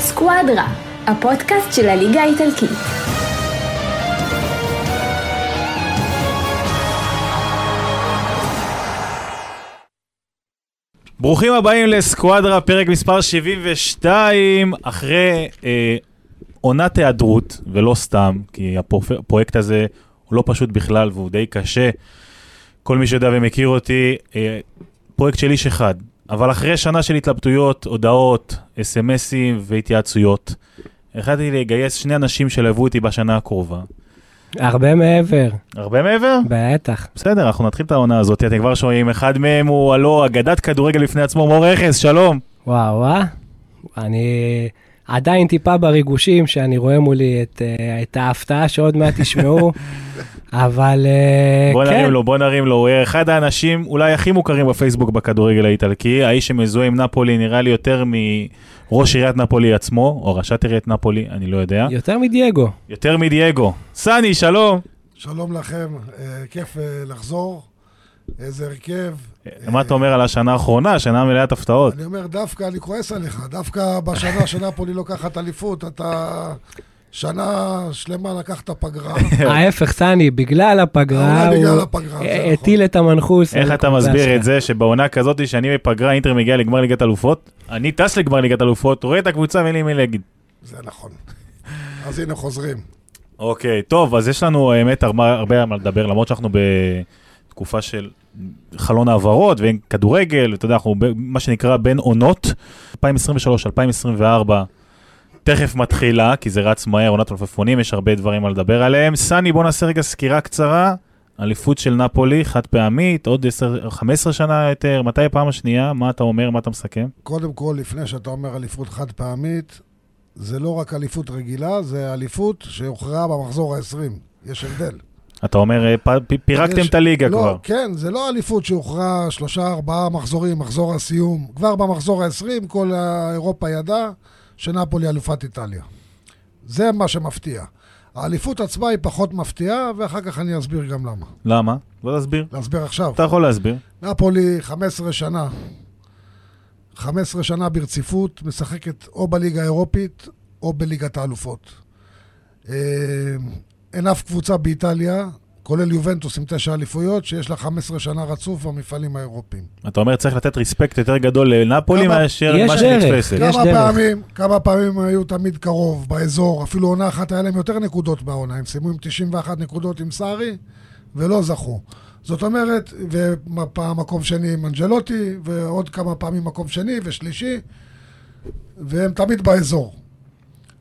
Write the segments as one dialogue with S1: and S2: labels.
S1: סקואדרה, הפודקאסט של הליגה האיטלקית.
S2: ברוכים הבאים לסקואדרה, פרק מספר 72, אחרי אה, עונת היעדרות, ולא סתם, כי הפרופ- הפרויקט הזה הוא לא פשוט בכלל והוא די קשה. כל מי שיודע ומכיר אותי, אה, פרויקט של איש אחד. אבל אחרי שנה של התלבטויות, הודעות, אס.אם.אסים והתייעצויות, החלטתי לגייס שני אנשים שילוו אותי בשנה הקרובה.
S3: הרבה מעבר,
S2: הרבה מעבר?
S3: בטח.
S2: בסדר, אנחנו נתחיל את העונה הזאת, אתם כבר שומעים, אחד מהם הוא הלא אגדת כדורגל לפני עצמו, מור רכס, שלום.
S3: וואו, וואו. אני עדיין טיפה בריגושים שאני רואה מולי את, אה, את ההפתעה שעוד מעט תשמעו, אבל אה,
S2: בוא
S3: כן,
S2: נרים לו, בוא נרים לו, הוא אחד האנשים אולי הכי מוכרים בפייסבוק בכדורגל האיטלקי, האיש שמזוהה עם נפולי נראה לי יותר מראש עיריית נפולי עצמו, או ראשת עיריית נפולי, אני לא יודע,
S3: יותר מדייגו.
S2: יותר מדייגו. סני, שלום.
S4: שלום לכם, אה, כיף אה, לחזור. איזה הרכב.
S2: מה אתה אומר על השנה האחרונה, שנה מלאת הפתעות?
S4: אני אומר, דווקא אני כועס עליך, דווקא בשנה שנפולי לוקחת אליפות, אתה שנה שלמה לקחת פגרה.
S3: ההפך, סני, בגלל הפגרה,
S4: אולי בגלל
S3: הוא
S4: הפגרה, זה
S3: אה,
S4: נכון.
S3: הטיל את המנחוס.
S2: איך
S3: על
S2: אתה
S3: הקבוצה
S2: מסביר את
S3: שלך.
S2: זה שבעונה כזאת שאני בפגרה אינטר מגיע לגמר ליגת אלופות? אני טס לגמר ליגת אלופות, רואה את הקבוצה ואין לי מי להגיד.
S4: זה נכון. אז הנה חוזרים.
S2: אוקיי, טוב, אז יש לנו האמת הרבה, הרבה על מה לדבר, למרות שאנחנו בתקופה של חלון העברות ואין כדורגל, אתה יודע, אנחנו ב- מה שנקרא בין עונות, 2023-2024 תכף מתחילה, כי זה רץ מהר, עונת מלפפונים, יש הרבה דברים על לדבר עליהם. סני, בוא נעשה רגע סקירה קצרה, אליפות של נפולי, חד פעמית, עוד 10, 15 שנה יותר, מתי הפעם השנייה? מה אתה אומר, מה אתה מסכם?
S4: קודם כל, לפני שאתה אומר אליפות חד פעמית, זה לא רק אליפות רגילה, זה אליפות שהוכרעה במחזור ה-20. יש הבדל.
S2: אתה אומר, אה, פ- פ- פירקתם
S4: יש-
S2: את הליגה
S4: לא,
S2: כבר.
S4: כן, זה לא אליפות שהוכרע שלושה, ארבעה מחזורים, מחזור הסיום. כבר במחזור ה-20 כל אה, אירופה ידעה שנפולי אלופת איטליה. זה מה שמפתיע. האליפות עצמה היא פחות מפתיעה, ואחר כך אני אסביר גם למה.
S2: למה? בוא תסביר.
S4: להסביר עכשיו.
S2: אתה יכול להסביר.
S4: נפולי 15 שנה, 15 שנה ברציפות, משחקת או בליגה האירופית או בליגת האלופות. אה, אין אף קבוצה באיטליה, כולל יובנטוס עם תשע אליפויות, שיש לה 15 שנה רצוף במפעלים האירופיים.
S2: אתה אומר צריך לתת רספקט יותר גדול לנפולי
S4: כמה-
S2: מאשר
S3: לא, יש
S2: מה
S3: דרך.
S2: שנתפסת.
S3: כן, יש
S4: כמה
S3: דרך.
S4: פעמים, כמה פעמים היו תמיד קרוב, באזור, אפילו עונה אחת היה להם יותר נקודות בעונה, הם סיימו עם 91 נקודות עם סארי, ולא זכו. זאת אומרת, ופעם מקום שני עם אנג'לוטי, ועוד כמה פעמים מקום שני ושלישי, והם תמיד באזור.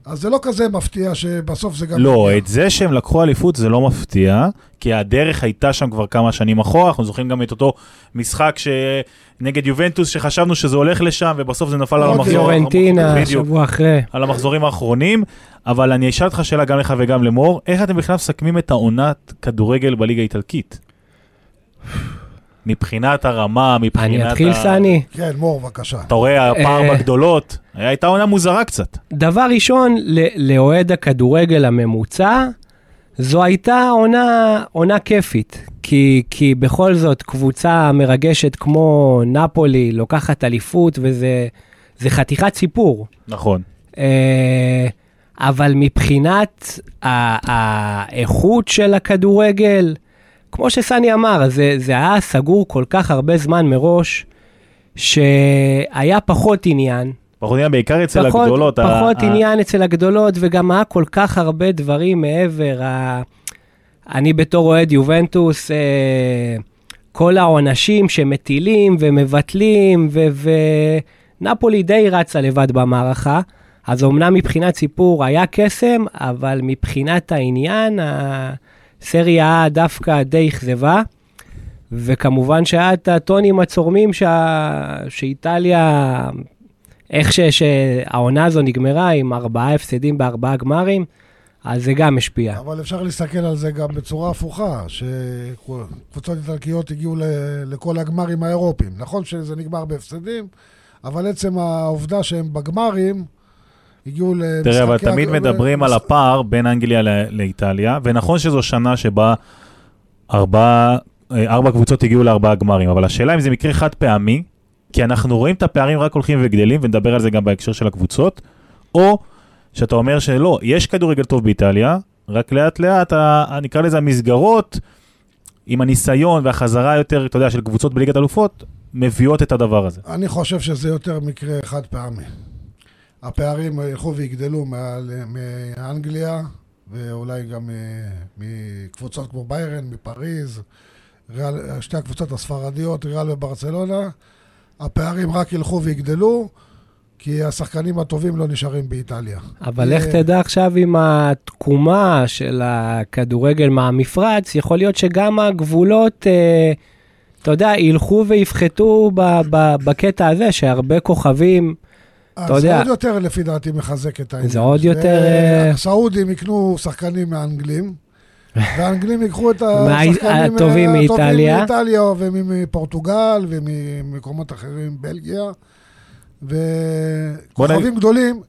S4: אז זה לא כזה מפתיע שבסוף זה גם...
S2: לא,
S4: מגיע.
S2: את זה שהם לקחו אליפות זה לא מפתיע, כי הדרך הייתה שם כבר כמה שנים אחורה, אנחנו זוכרים גם את אותו משחק ש... נגד יובנטוס, שחשבנו שזה הולך לשם, ובסוף זה נפל על
S4: עוד
S2: המחזור.
S3: פלורנטינה,
S2: בדיוק,
S3: שבוע אחרי.
S2: על המחזורים האחרונים, אבל אני אשאל אותך שאלה גם לך וגם למור, איך אתם בכלל מסכמים את העונת כדורגל בליגה האיטלקית? מבחינת הרמה, מבחינת...
S3: אני אתחיל,
S2: ה-
S3: סני.
S4: כן, מור, בבקשה.
S2: אתה רואה, הפער
S3: אה.
S2: בגדולות, הייתה עונה מוזרה קצת.
S3: דבר ראשון, ל- לאוהד הכדורגל הממוצע, זו הייתה עונה, עונה כיפית. כי, כי בכל זאת, קבוצה מרגשת כמו נפולי לוקחת אליפות, וזה זה חתיכת סיפור.
S2: נכון.
S3: אה, אבל מבחינת ה- האיכות של הכדורגל, כמו שסני אמר, זה, זה היה סגור כל כך הרבה זמן מראש, שהיה פחות עניין.
S2: פחות עניין בעיקר אצל
S3: פחות,
S2: הגדולות. ה-
S3: פחות
S2: ה-
S3: עניין אצל הגדולות, וגם היה כל כך הרבה דברים מעבר. ה... אני בתור אוהד יובנטוס, אה, כל העונשים שמטילים ומבטלים, ונפולי די רצה לבד במערכה. אז אמנם מבחינת סיפור היה קסם, אבל מבחינת העניין, הסריה דווקא די אכזבה. וכמובן שהיה את הטונים הצורמים שה... שאיטליה איך ש- שהעונה הזו נגמרה עם ארבעה הפסדים בארבעה גמרים, אז זה גם השפיע.
S4: אבל אפשר להסתכל על זה גם בצורה הפוכה, שקבוצות איטלקיות הגיעו ל- לכל הגמרים האירופיים. נכון שזה נגמר בהפסדים, אבל עצם העובדה שהם בגמרים, הגיעו למשחקי...
S2: תראה, אבל
S4: הג-
S2: תמיד מדברים על הפער בין אנגליה ל- לאיטליה, ונכון שזו שנה שבה ארבע, אה, ארבע קבוצות הגיעו לארבעה גמרים, אבל השאלה אם זה מקרה חד פעמי, כי אנחנו רואים את הפערים רק הולכים וגדלים, ונדבר על זה גם בהקשר של הקבוצות, או שאתה אומר שלא, יש כדורגל טוב באיטליה, רק לאט לאט, ה- ה- נקרא לזה המסגרות, עם הניסיון והחזרה יותר, אתה יודע, של קבוצות בליגת אלופות, מביאות את הדבר הזה.
S4: אני חושב שזה יותר מקרה חד פעמי. הפערים ילכו ויגדלו מעל- מאנגליה, ואולי גם אה, מקבוצות כמו ביירן, מפריז, ריאל, שתי הקבוצות הספרדיות, ריאל וברצלונה. הפערים רק ילכו ויגדלו, כי השחקנים הטובים לא נשארים באיטליה.
S3: אבל איך
S4: אה,
S3: תדע עכשיו עם התקומה של הכדורגל מהמפרץ, יכול להיות שגם הגבולות, אה, אתה יודע, ילכו ויפחתו ב- ב- בקטע הזה, שהרבה כוכבים, אתה
S4: אז זה
S3: יודע-
S4: עוד יותר, לפי דעתי, מחזק את העניין.
S3: עוד
S4: זה-
S3: יותר, אה,
S4: הסעודים יקנו שחקנים מהאנגלים, והאנגלים ייקחו את
S3: מה-
S4: השחקנים אה,
S3: הטובים מאיטליה.
S4: מאיטליה ומפורטוגל וממקומות אחרים, בלגיה.
S2: בוא
S4: וכוכבים גדולים,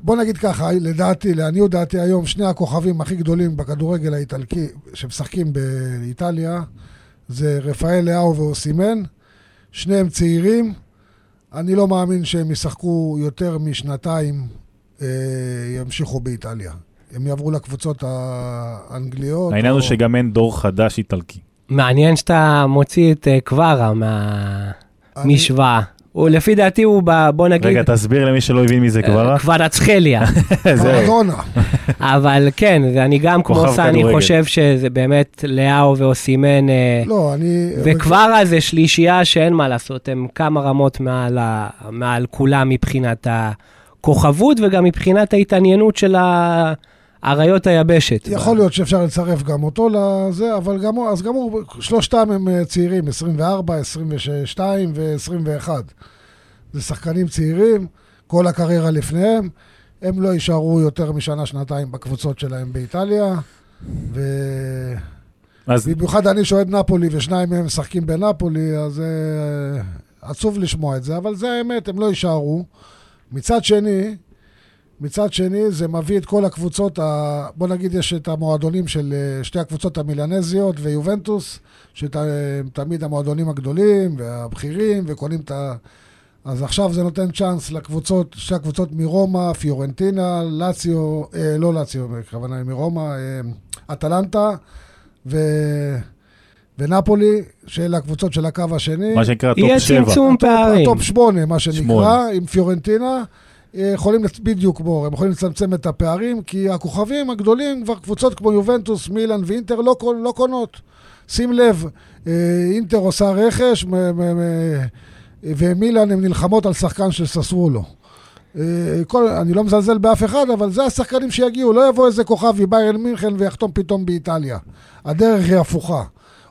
S4: בוא נגיד ככה, לדעתי, לעניות דעתי היום, שני הכוכבים הכי גדולים בכדורגל האיטלקי, שמשחקים באיטליה, זה רפאל לאהו ואוסימן. שניהם צעירים. אני לא מאמין שהם ישחקו יותר משנתיים, אה, ימשיכו באיטליה. הם יעברו לקבוצות האנגליות.
S2: העניין הוא
S4: או-
S2: שגם אין דור חדש איטלקי.
S3: מעניין שאתה מוציא את אה, קווארה
S4: אני-
S3: מהמשוואה. הוא לפי דעתי הוא, ב- בוא נגיד,
S2: רגע, תסביר למי שלא הבין מי זה
S3: אה,
S2: כבר. אה?
S3: קווארצחליה.
S4: אה,
S3: לא-
S2: זהו.
S4: מרדונה.
S3: אבל כן, זה- אני גם כמו
S2: כוכב
S3: סני
S2: כדורגל.
S3: חושב שזה באמת לאהו ואוסימן, אה,
S4: לא, אני...
S3: וקווארה זה שלישייה שאין מה לעשות, הם כמה רמות מעל, ה, מעל כולם מבחינת הכוכבות וגם מבחינת ההתעניינות של ה- אריות היבשת.
S4: יכול להיות שאפשר לצרף גם אותו לזה, אבל גם הוא, אז גם הוא, שלושתם הם אה, צעירים, 24, 22 ו-21. זה שחקנים צעירים, כל הקריירה לפניהם, הם לא יישארו יותר משנה-שנתיים בקבוצות שלהם באיטליה, ו...
S2: אז
S4: במיוחד אני שאוהד נפולי, ושניים מהם משחקים בנפולי, אז אה, עצוב לשמוע את זה, אבל זה האמת, הם לא יישארו. מצד שני, מצד שני, זה מביא את כל הקבוצות, ה... בוא נגיד, יש את המועדונים של אה, שתי הקבוצות המילנזיות ויובנטוס, שתמיד המועדונים הגדולים והבכירים, וקונים את ה... אז עכשיו זה נותן צ'אנס לקבוצות, שתי הקבוצות מרומא, פיורנטינה, לאציו, אה, לא לאציו, הכוונה היא מרומא, אה, אטלנטה ו... ונפולי, שאלה הקבוצות של הקו השני.
S2: מה שנקרא
S3: יהיה
S2: טופ 7.
S3: צמצום פערים.
S4: הטופ שמונה, מה
S2: שמונה.
S4: שנקרא, עם פיורנטינה. אה, יכולים, לצ- בדיוק כמו, הם יכולים לצמצם את הפערים, כי הכוכבים הגדולים, כבר קבוצות כמו יובנטוס, מילאן ואינטר לא, קול- לא קונות. שים לב, אה, אינטר עושה רכש, מ- מ- מ- ומילאן הן נלחמות על שחקן של ססוולו. אה, כל, אני לא מזלזל באף אחד, אבל זה השחקנים שיגיעו, לא יבוא איזה כוכב מביירן מינכן ויחתום פתאום באיטליה. הדרך היא הפוכה.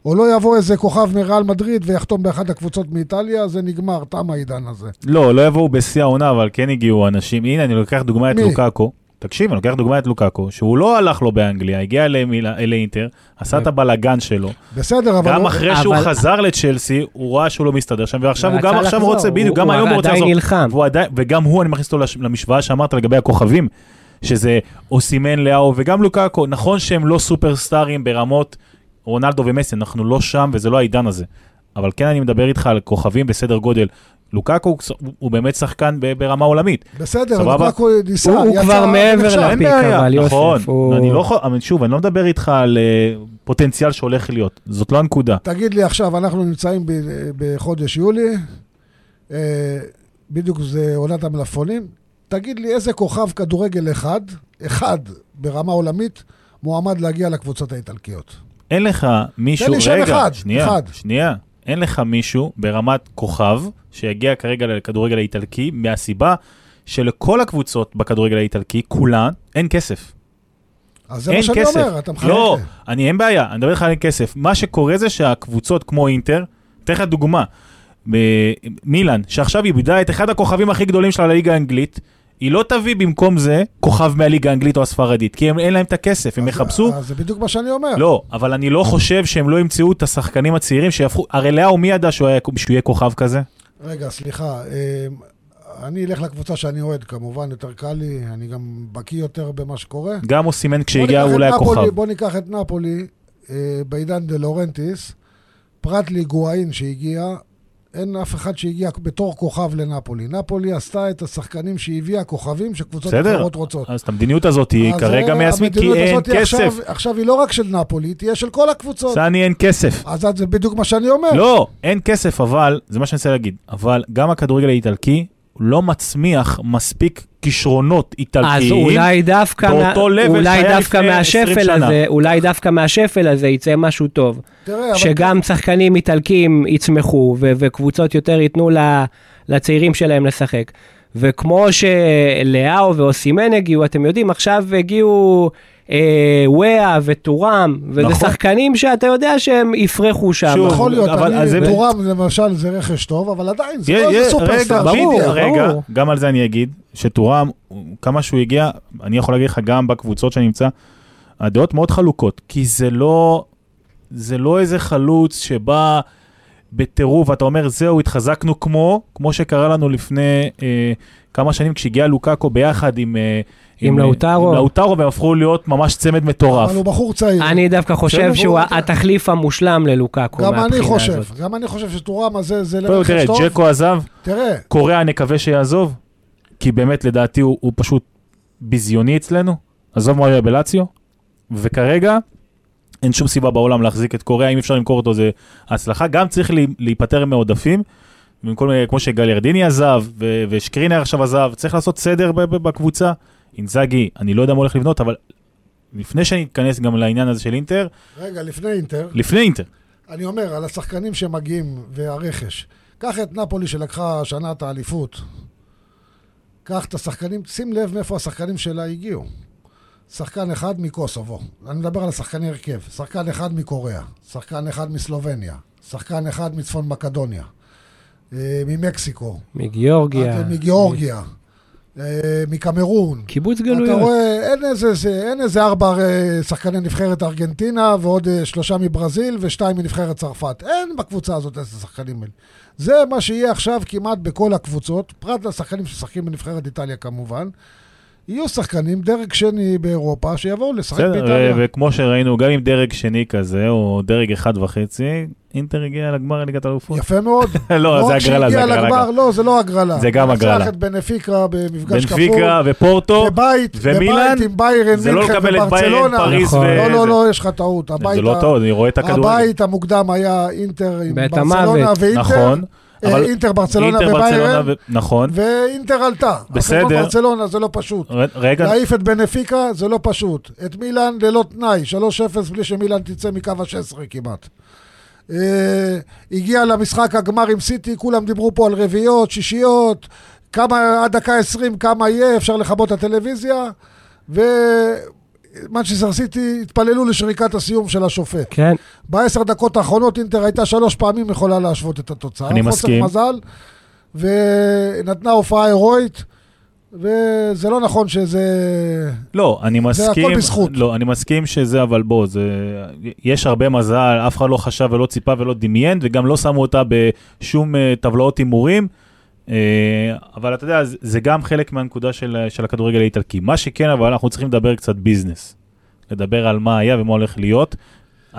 S4: או לא יבוא איזה כוכב מריאל מדריד ויחתום באחת הקבוצות מאיטליה, זה נגמר, תם העידן הזה.
S2: לא, לא יבואו בשיא העונה, אבל כן הגיעו אנשים. הנה, אני לוקח דוגמא את
S4: מי?
S2: לוקאקו. תקשיב, אני לוקח דוגמא את לוקאקו, שהוא לא הלך לו באנגליה, הגיע למילה- לאינטר, עשה את הבלגן שלו.
S4: בסדר, אבל...
S2: גם אחרי שהוא
S3: אבל-
S2: חזר לצ'לסי, הוא ראה שהוא לא מסתדר שם, ועכשיו הוא
S3: ורצה
S2: גם עכשיו
S3: לחזור,
S2: רוצה,
S3: הוא-
S2: בדיוק, גם
S3: הוא
S2: היום הוא רוצה
S3: עדיין
S2: לחזור.
S3: נלחם.
S2: והוא עדיין- וגם הוא, אני מכניס אותו לש- למשוואה שאמרת לגבי הכוכבים, שזה אוסימן לאהו וגם לוקאקו, נכון שהם לא סופרסטארים ברמות רונלדו ומסי, אנחנו לא שם וזה לא העידן הזה. אבל כן אני מדבר איתך על כוכבים בסדר גודל. לוקאקו הוא- הוא באמת שחקן ב- ברמה עולמית.
S4: בסדר,
S2: סבבה?
S4: לוקקו ניסה,
S3: הוא- הוא
S4: יצא,
S3: כבר מעבר
S4: נכשל.
S3: ל-
S2: אין
S3: פיק,
S2: בעיה,
S3: אבל יוסף,
S2: נכון.
S3: הוא-
S2: אני לא יכול, אבל שוב, אני לא מדבר איתך על אה, פוטנציאל שהולך להיות, זאת לא הנקודה.
S4: תגיד לי עכשיו, אנחנו נמצאים ב- בחודש יולי, אה, בדיוק זה עונת המלפפונים, תגיד לי איזה כוכב כדורגל אחד, אחד ברמה עולמית, מועמד להגיע לקבוצות האיטלקיות.
S2: אין לך מישהו,
S4: תן לי שם
S2: רגע,
S4: אחד,
S2: שנייה,
S4: אחד.
S2: שנייה, אין לך מישהו ברמת כוכב שיגיע כרגע לכדורגל האיטלקי, מהסיבה שלכל הקבוצות בכדורגל האיטלקי, כולן, אין כסף.
S4: אז זה
S2: אין
S4: מה שאני
S2: כסף.
S4: אומר, אתה מחלק.
S2: לא,
S4: לי.
S2: אני, אין בעיה, אני מדבר איתך על אין כסף. מה שקורה זה שהקבוצות כמו אינטר, אתן לך דוגמה, ב- מילאן, שעכשיו איבדה את אחד הכוכבים הכי גדולים שלה לליגה האנגלית, היא לא תביא במקום זה כוכב מהליגה האנגלית או הספרדית, כי הם, אין להם את הכסף, הם
S4: אז-
S2: יחפשו
S4: אז זה בדיוק מה שאני אומר.
S2: לא, אבל אני לא חושב שהם לא ימצאו את השחקנים הצעירים שיהפכו, הרי לאו מי ידע שהוא, היה, שהוא יהיה כוכב כזה?
S4: רגע, סליחה. אה, אני אלך לקבוצה שאני אוהד, כמובן, יותר קל לי, אני גם בקיא יותר במה שקורה.
S2: גם הוא לא סימן
S4: בוא
S2: כשהגיע
S4: ניקח את
S2: אולי
S4: נפולי-
S2: הכוכב.
S4: בוא ניקח את נפולי אה, בעידן דה לורנטיס, פרט לגואין שהגיע, אין אף אחד שהגיע בתור כוכב לנפולי. נפולי עשתה את השחקנים שהביאה, כוכבים שקבוצות
S2: בסדר?
S4: אחרות רוצות.
S2: אז את המדיניות הזאת היא
S4: אז,
S2: כרגע
S4: אה,
S2: מיישמים, כי
S4: המדיניות
S2: אין
S4: הזאת היא
S2: כסף.
S4: עכשיו, עכשיו היא לא רק של נפולי, היא תהיה של כל הקבוצות.
S2: סני אין כסף.
S4: אז זה בדיוק מה שאני אומר.
S2: לא, אין כסף, אבל, זה מה שאני רוצה להגיד, אבל גם הכדורגל האיטלקי לא מצמיח מספיק כישרונות
S3: אז
S2: איטלקיים.
S3: אולי דווקא,
S2: באותו level
S3: אולי
S2: שהיה
S3: דווקא
S2: לפני 20
S3: מהשפל
S2: שנה.
S3: הזה, אולי דווקא מהשפל הזה יצא משהו טוב.
S4: תראה, אבל- כן.
S3: שגם שחקנים איטלקים יצמחו, ו- וקבוצות יותר ייתנו ל- לצעירים שלהם לשחק. וכמו שלאהו ואוסימן הגיעו, אתם יודעים, עכשיו הגיעו אה, וואה וטורם, וזה
S2: נכון.
S3: נכון. שחקנים שאתה יודע שהם יפרחו שם. נכון.
S2: שוב,
S4: יכול להיות,
S2: אבל- אז זה-
S4: אני, טורם למשל זה רכש טוב, אבל עדיין, זה
S2: יה-
S4: לא
S2: יה-
S4: איזה סופרסטאר.
S2: רגע,
S3: ברור,
S2: בדיוק, רגע,
S3: ברור.
S2: גם על זה אני אגיד, שטורם, הוא- כמה שהוא הגיע, אני יכול להגיד לך, גם בקבוצות שאני נמצא, הדעות מאוד חלוקות, כי זה לא, זה לא איזה חלוץ שבא בטירוף, אתה אומר, זהו, התחזקנו כמו, כמו שקרה לנו לפני אה, כמה שנים, כשהגיע לוקאקו ביחד עם... אה,
S3: עם לאוטרו.
S2: עם לאוטרו, והם הפכו להיות ממש צמד מטורף.
S4: אבל הוא בחור צעיר.
S3: אני דווקא חושב
S4: בסדר,
S3: שהוא
S4: ברור, אתה-
S3: התחליף המושלם ללוקאקו
S4: גם
S3: מהבחינה
S4: אני חושב,
S3: הזאת.
S4: גם אני חושב שטורם הזה זה
S2: טוב,
S4: לרכש
S2: תראה,
S4: טוב.
S2: ג'קו עזב,
S4: תראה,
S2: קוריאה נקווה שיעזוב, כי באמת לדעתי הוא, הוא פשוט ביזיוני אצלנו, עזוב מה הוא היה בלציו, וכרגע אין שום סיבה בעולם להחזיק את קוריאה, אם אפשר למכור אותו זה הצלחה, גם צריך לי, להיפטר מעודפים, במקום, אה, כמו שגל ירדיני עזב, ו- ושקרינר עכשיו עזב, צריך לעשות סדר ב- ב- בקבוצה. אינזאגי, אני לא יודע מה הולך לבנות, אבל לפני שאני אתכנס גם לעניין הזה של אינטר,
S4: רגע, לפני אינטר,
S2: לפני אינטר,
S4: אני אומר, על השחקנים שמגיעים והרכש. קח את נפולי שלקחה השנה את האליפות. קח את השחקנים, שים לב מאיפה השחקנים שלה הגיעו. שחקן אחד מקוסובו, אני מדבר על השחקני הרכב, שחקן אחד מקוריאה, שחקן אחד מסלובניה, שחקן אחד מצפון מקדוניה, אה, ממקסיקו,
S3: מגיאורגיה.
S4: עד- מגיאורגיה, אה, מקמרון.
S3: קיבוץ
S4: אתה
S3: גלויות.
S4: רואה, אין איזה, זה, אין איזה ארבע אה, שחקני נבחרת ארגנטינה ועוד אה, שלושה מברזיל ושתיים מנבחרת צרפת. אין בקבוצה הזאת איזה שחקנים האלה. זה מה שיהיה עכשיו כמעט בכל הקבוצות, פרט לשחקנים ששחקים בנבחרת איטליה כמובן. יהיו שחקנים דרג שני באירופה שיבואו לשחק
S2: בסדר, אה, ו-
S4: באיטליה.
S2: וכמו שראינו, גם עם דרג שני כזה, או דרג אחד וחצי, אינטר הגיע לגמר ליגת האלופות.
S4: יפה מאוד.
S2: לא, זה הגרלה, זה
S4: לא רק שהגיע
S2: הגרלה.
S4: לגמר, לא, זה לא הגרלה.
S2: זה גם הגרלה.
S4: ניצח את בנפיקה במפגש כפול.
S2: בנפיקה ופורטו,
S4: בבית,
S2: ומילאן,
S4: בבית עם ביירן,
S2: זה לא
S4: מינכן
S2: לקבל את ביירן,
S4: וברצלונה.
S2: פריז ו...
S3: נכון.
S4: לא,
S2: זה-
S4: לא, לא, יש לך טעות.
S2: זה
S4: הבית
S2: לא
S4: ה-
S2: טוב, אני רואה את הכדורגל.
S4: הבית המוקדם היה אינטר עם
S3: בית
S4: ברצלונה
S3: המוות.
S4: ואינטר.
S2: נכון,
S4: אה,
S2: אבל
S4: אינטר ברצלונה
S2: אינטר,
S4: וביירן,
S2: ברצלונה ו- נכון.
S4: ואינטר עלתה.
S2: בסדר. אה, כן.
S4: אחרי כל ברצלונה זה לא פשוט.
S2: ר- רגע,
S4: להעיף את בנפיקה זה לא פשוט. את מילאן ללא תנאי, 3-0 בלי שמילאן תצא מקו ה-16 כמעט. אה, הגיע למשחק הגמר עם סיטי, כולם דיברו פה על רביעיות, שישיות, כמה, עד דקה 20 כמה יהיה, אפשר לכבות את הטלוויזיה, ומנצ'סטר סיטי התפללו לשריקת הסיום של השופט.
S3: כן,
S4: בעשר דקות האחרונות אינטר הייתה שלוש פעמים יכולה להשוות את התוצאה.
S2: אני מסכים.
S4: חוסר מזל, ונתנה הופעה הירואית, וזה לא נכון שזה...
S2: לא, אני
S4: זה
S2: מסכים,
S4: הכל בזכות.
S2: לא, אני מסכים שזה, אבל בוא, זה, יש הרבה מזל, אף אחד לא חשב ולא ציפה ולא דמיין, וגם לא שמו אותה בשום אה, טבלאות הימורים. אה, אבל אתה יודע, זה, זה גם חלק מהנקודה של, של הכדורגל האיטלקי. מה שכן, אבל אנחנו צריכים לדבר קצת ביזנס. לדבר על מה היה ומה הולך להיות.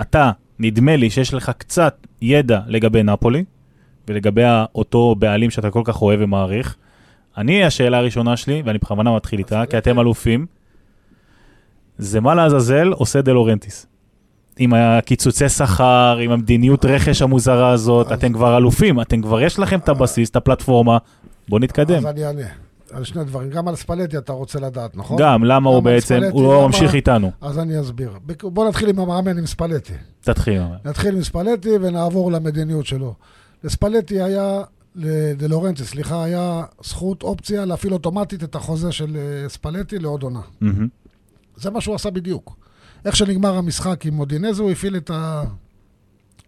S2: אתה, נדמה לי שיש לך קצת ידע לגבי נפולי, ולגבי אותו בעלים שאתה כל כך אוהב ומעריך. אני, השאלה הראשונה שלי, ואני בכוונה מתחיל איתה, כי אתם אלופים, זה מה לעזאזל עושה דה לורנטיס. עם הקיצוצי שכר, עם המדיניות רכש המוזרה הזאת,
S4: אז-
S2: אתם כבר אלופים, אתם כבר יש לכם את הבסיס, את הפלטפורמה, בואו נתקדם.
S4: אז אני אענה על שני דברים. גם על ספלטי אתה רוצה לדעת, נכון?
S2: גם, למה הוא
S4: למה
S2: בעצם,
S4: ספלטי,
S2: הוא לא
S4: למה-
S2: ממשיך איתנו.
S4: אז אני אסביר. בק- בוא נתחיל עם המאמן עם ספלטי.
S2: תתחיל.
S4: נתחיל עם ספלטי ונעבור למדיניות שלו. לספלטי היה, לדלורנטי, סליחה, היה זכות, אופציה להפעיל אוטומטית את החוזה של אה, ספלטי לעוד עונה.
S2: מהמם.
S4: זה מה שהוא עשה בדיוק. איך שנגמר המשחק עם מודינזו, הוא הפעיל את, ה...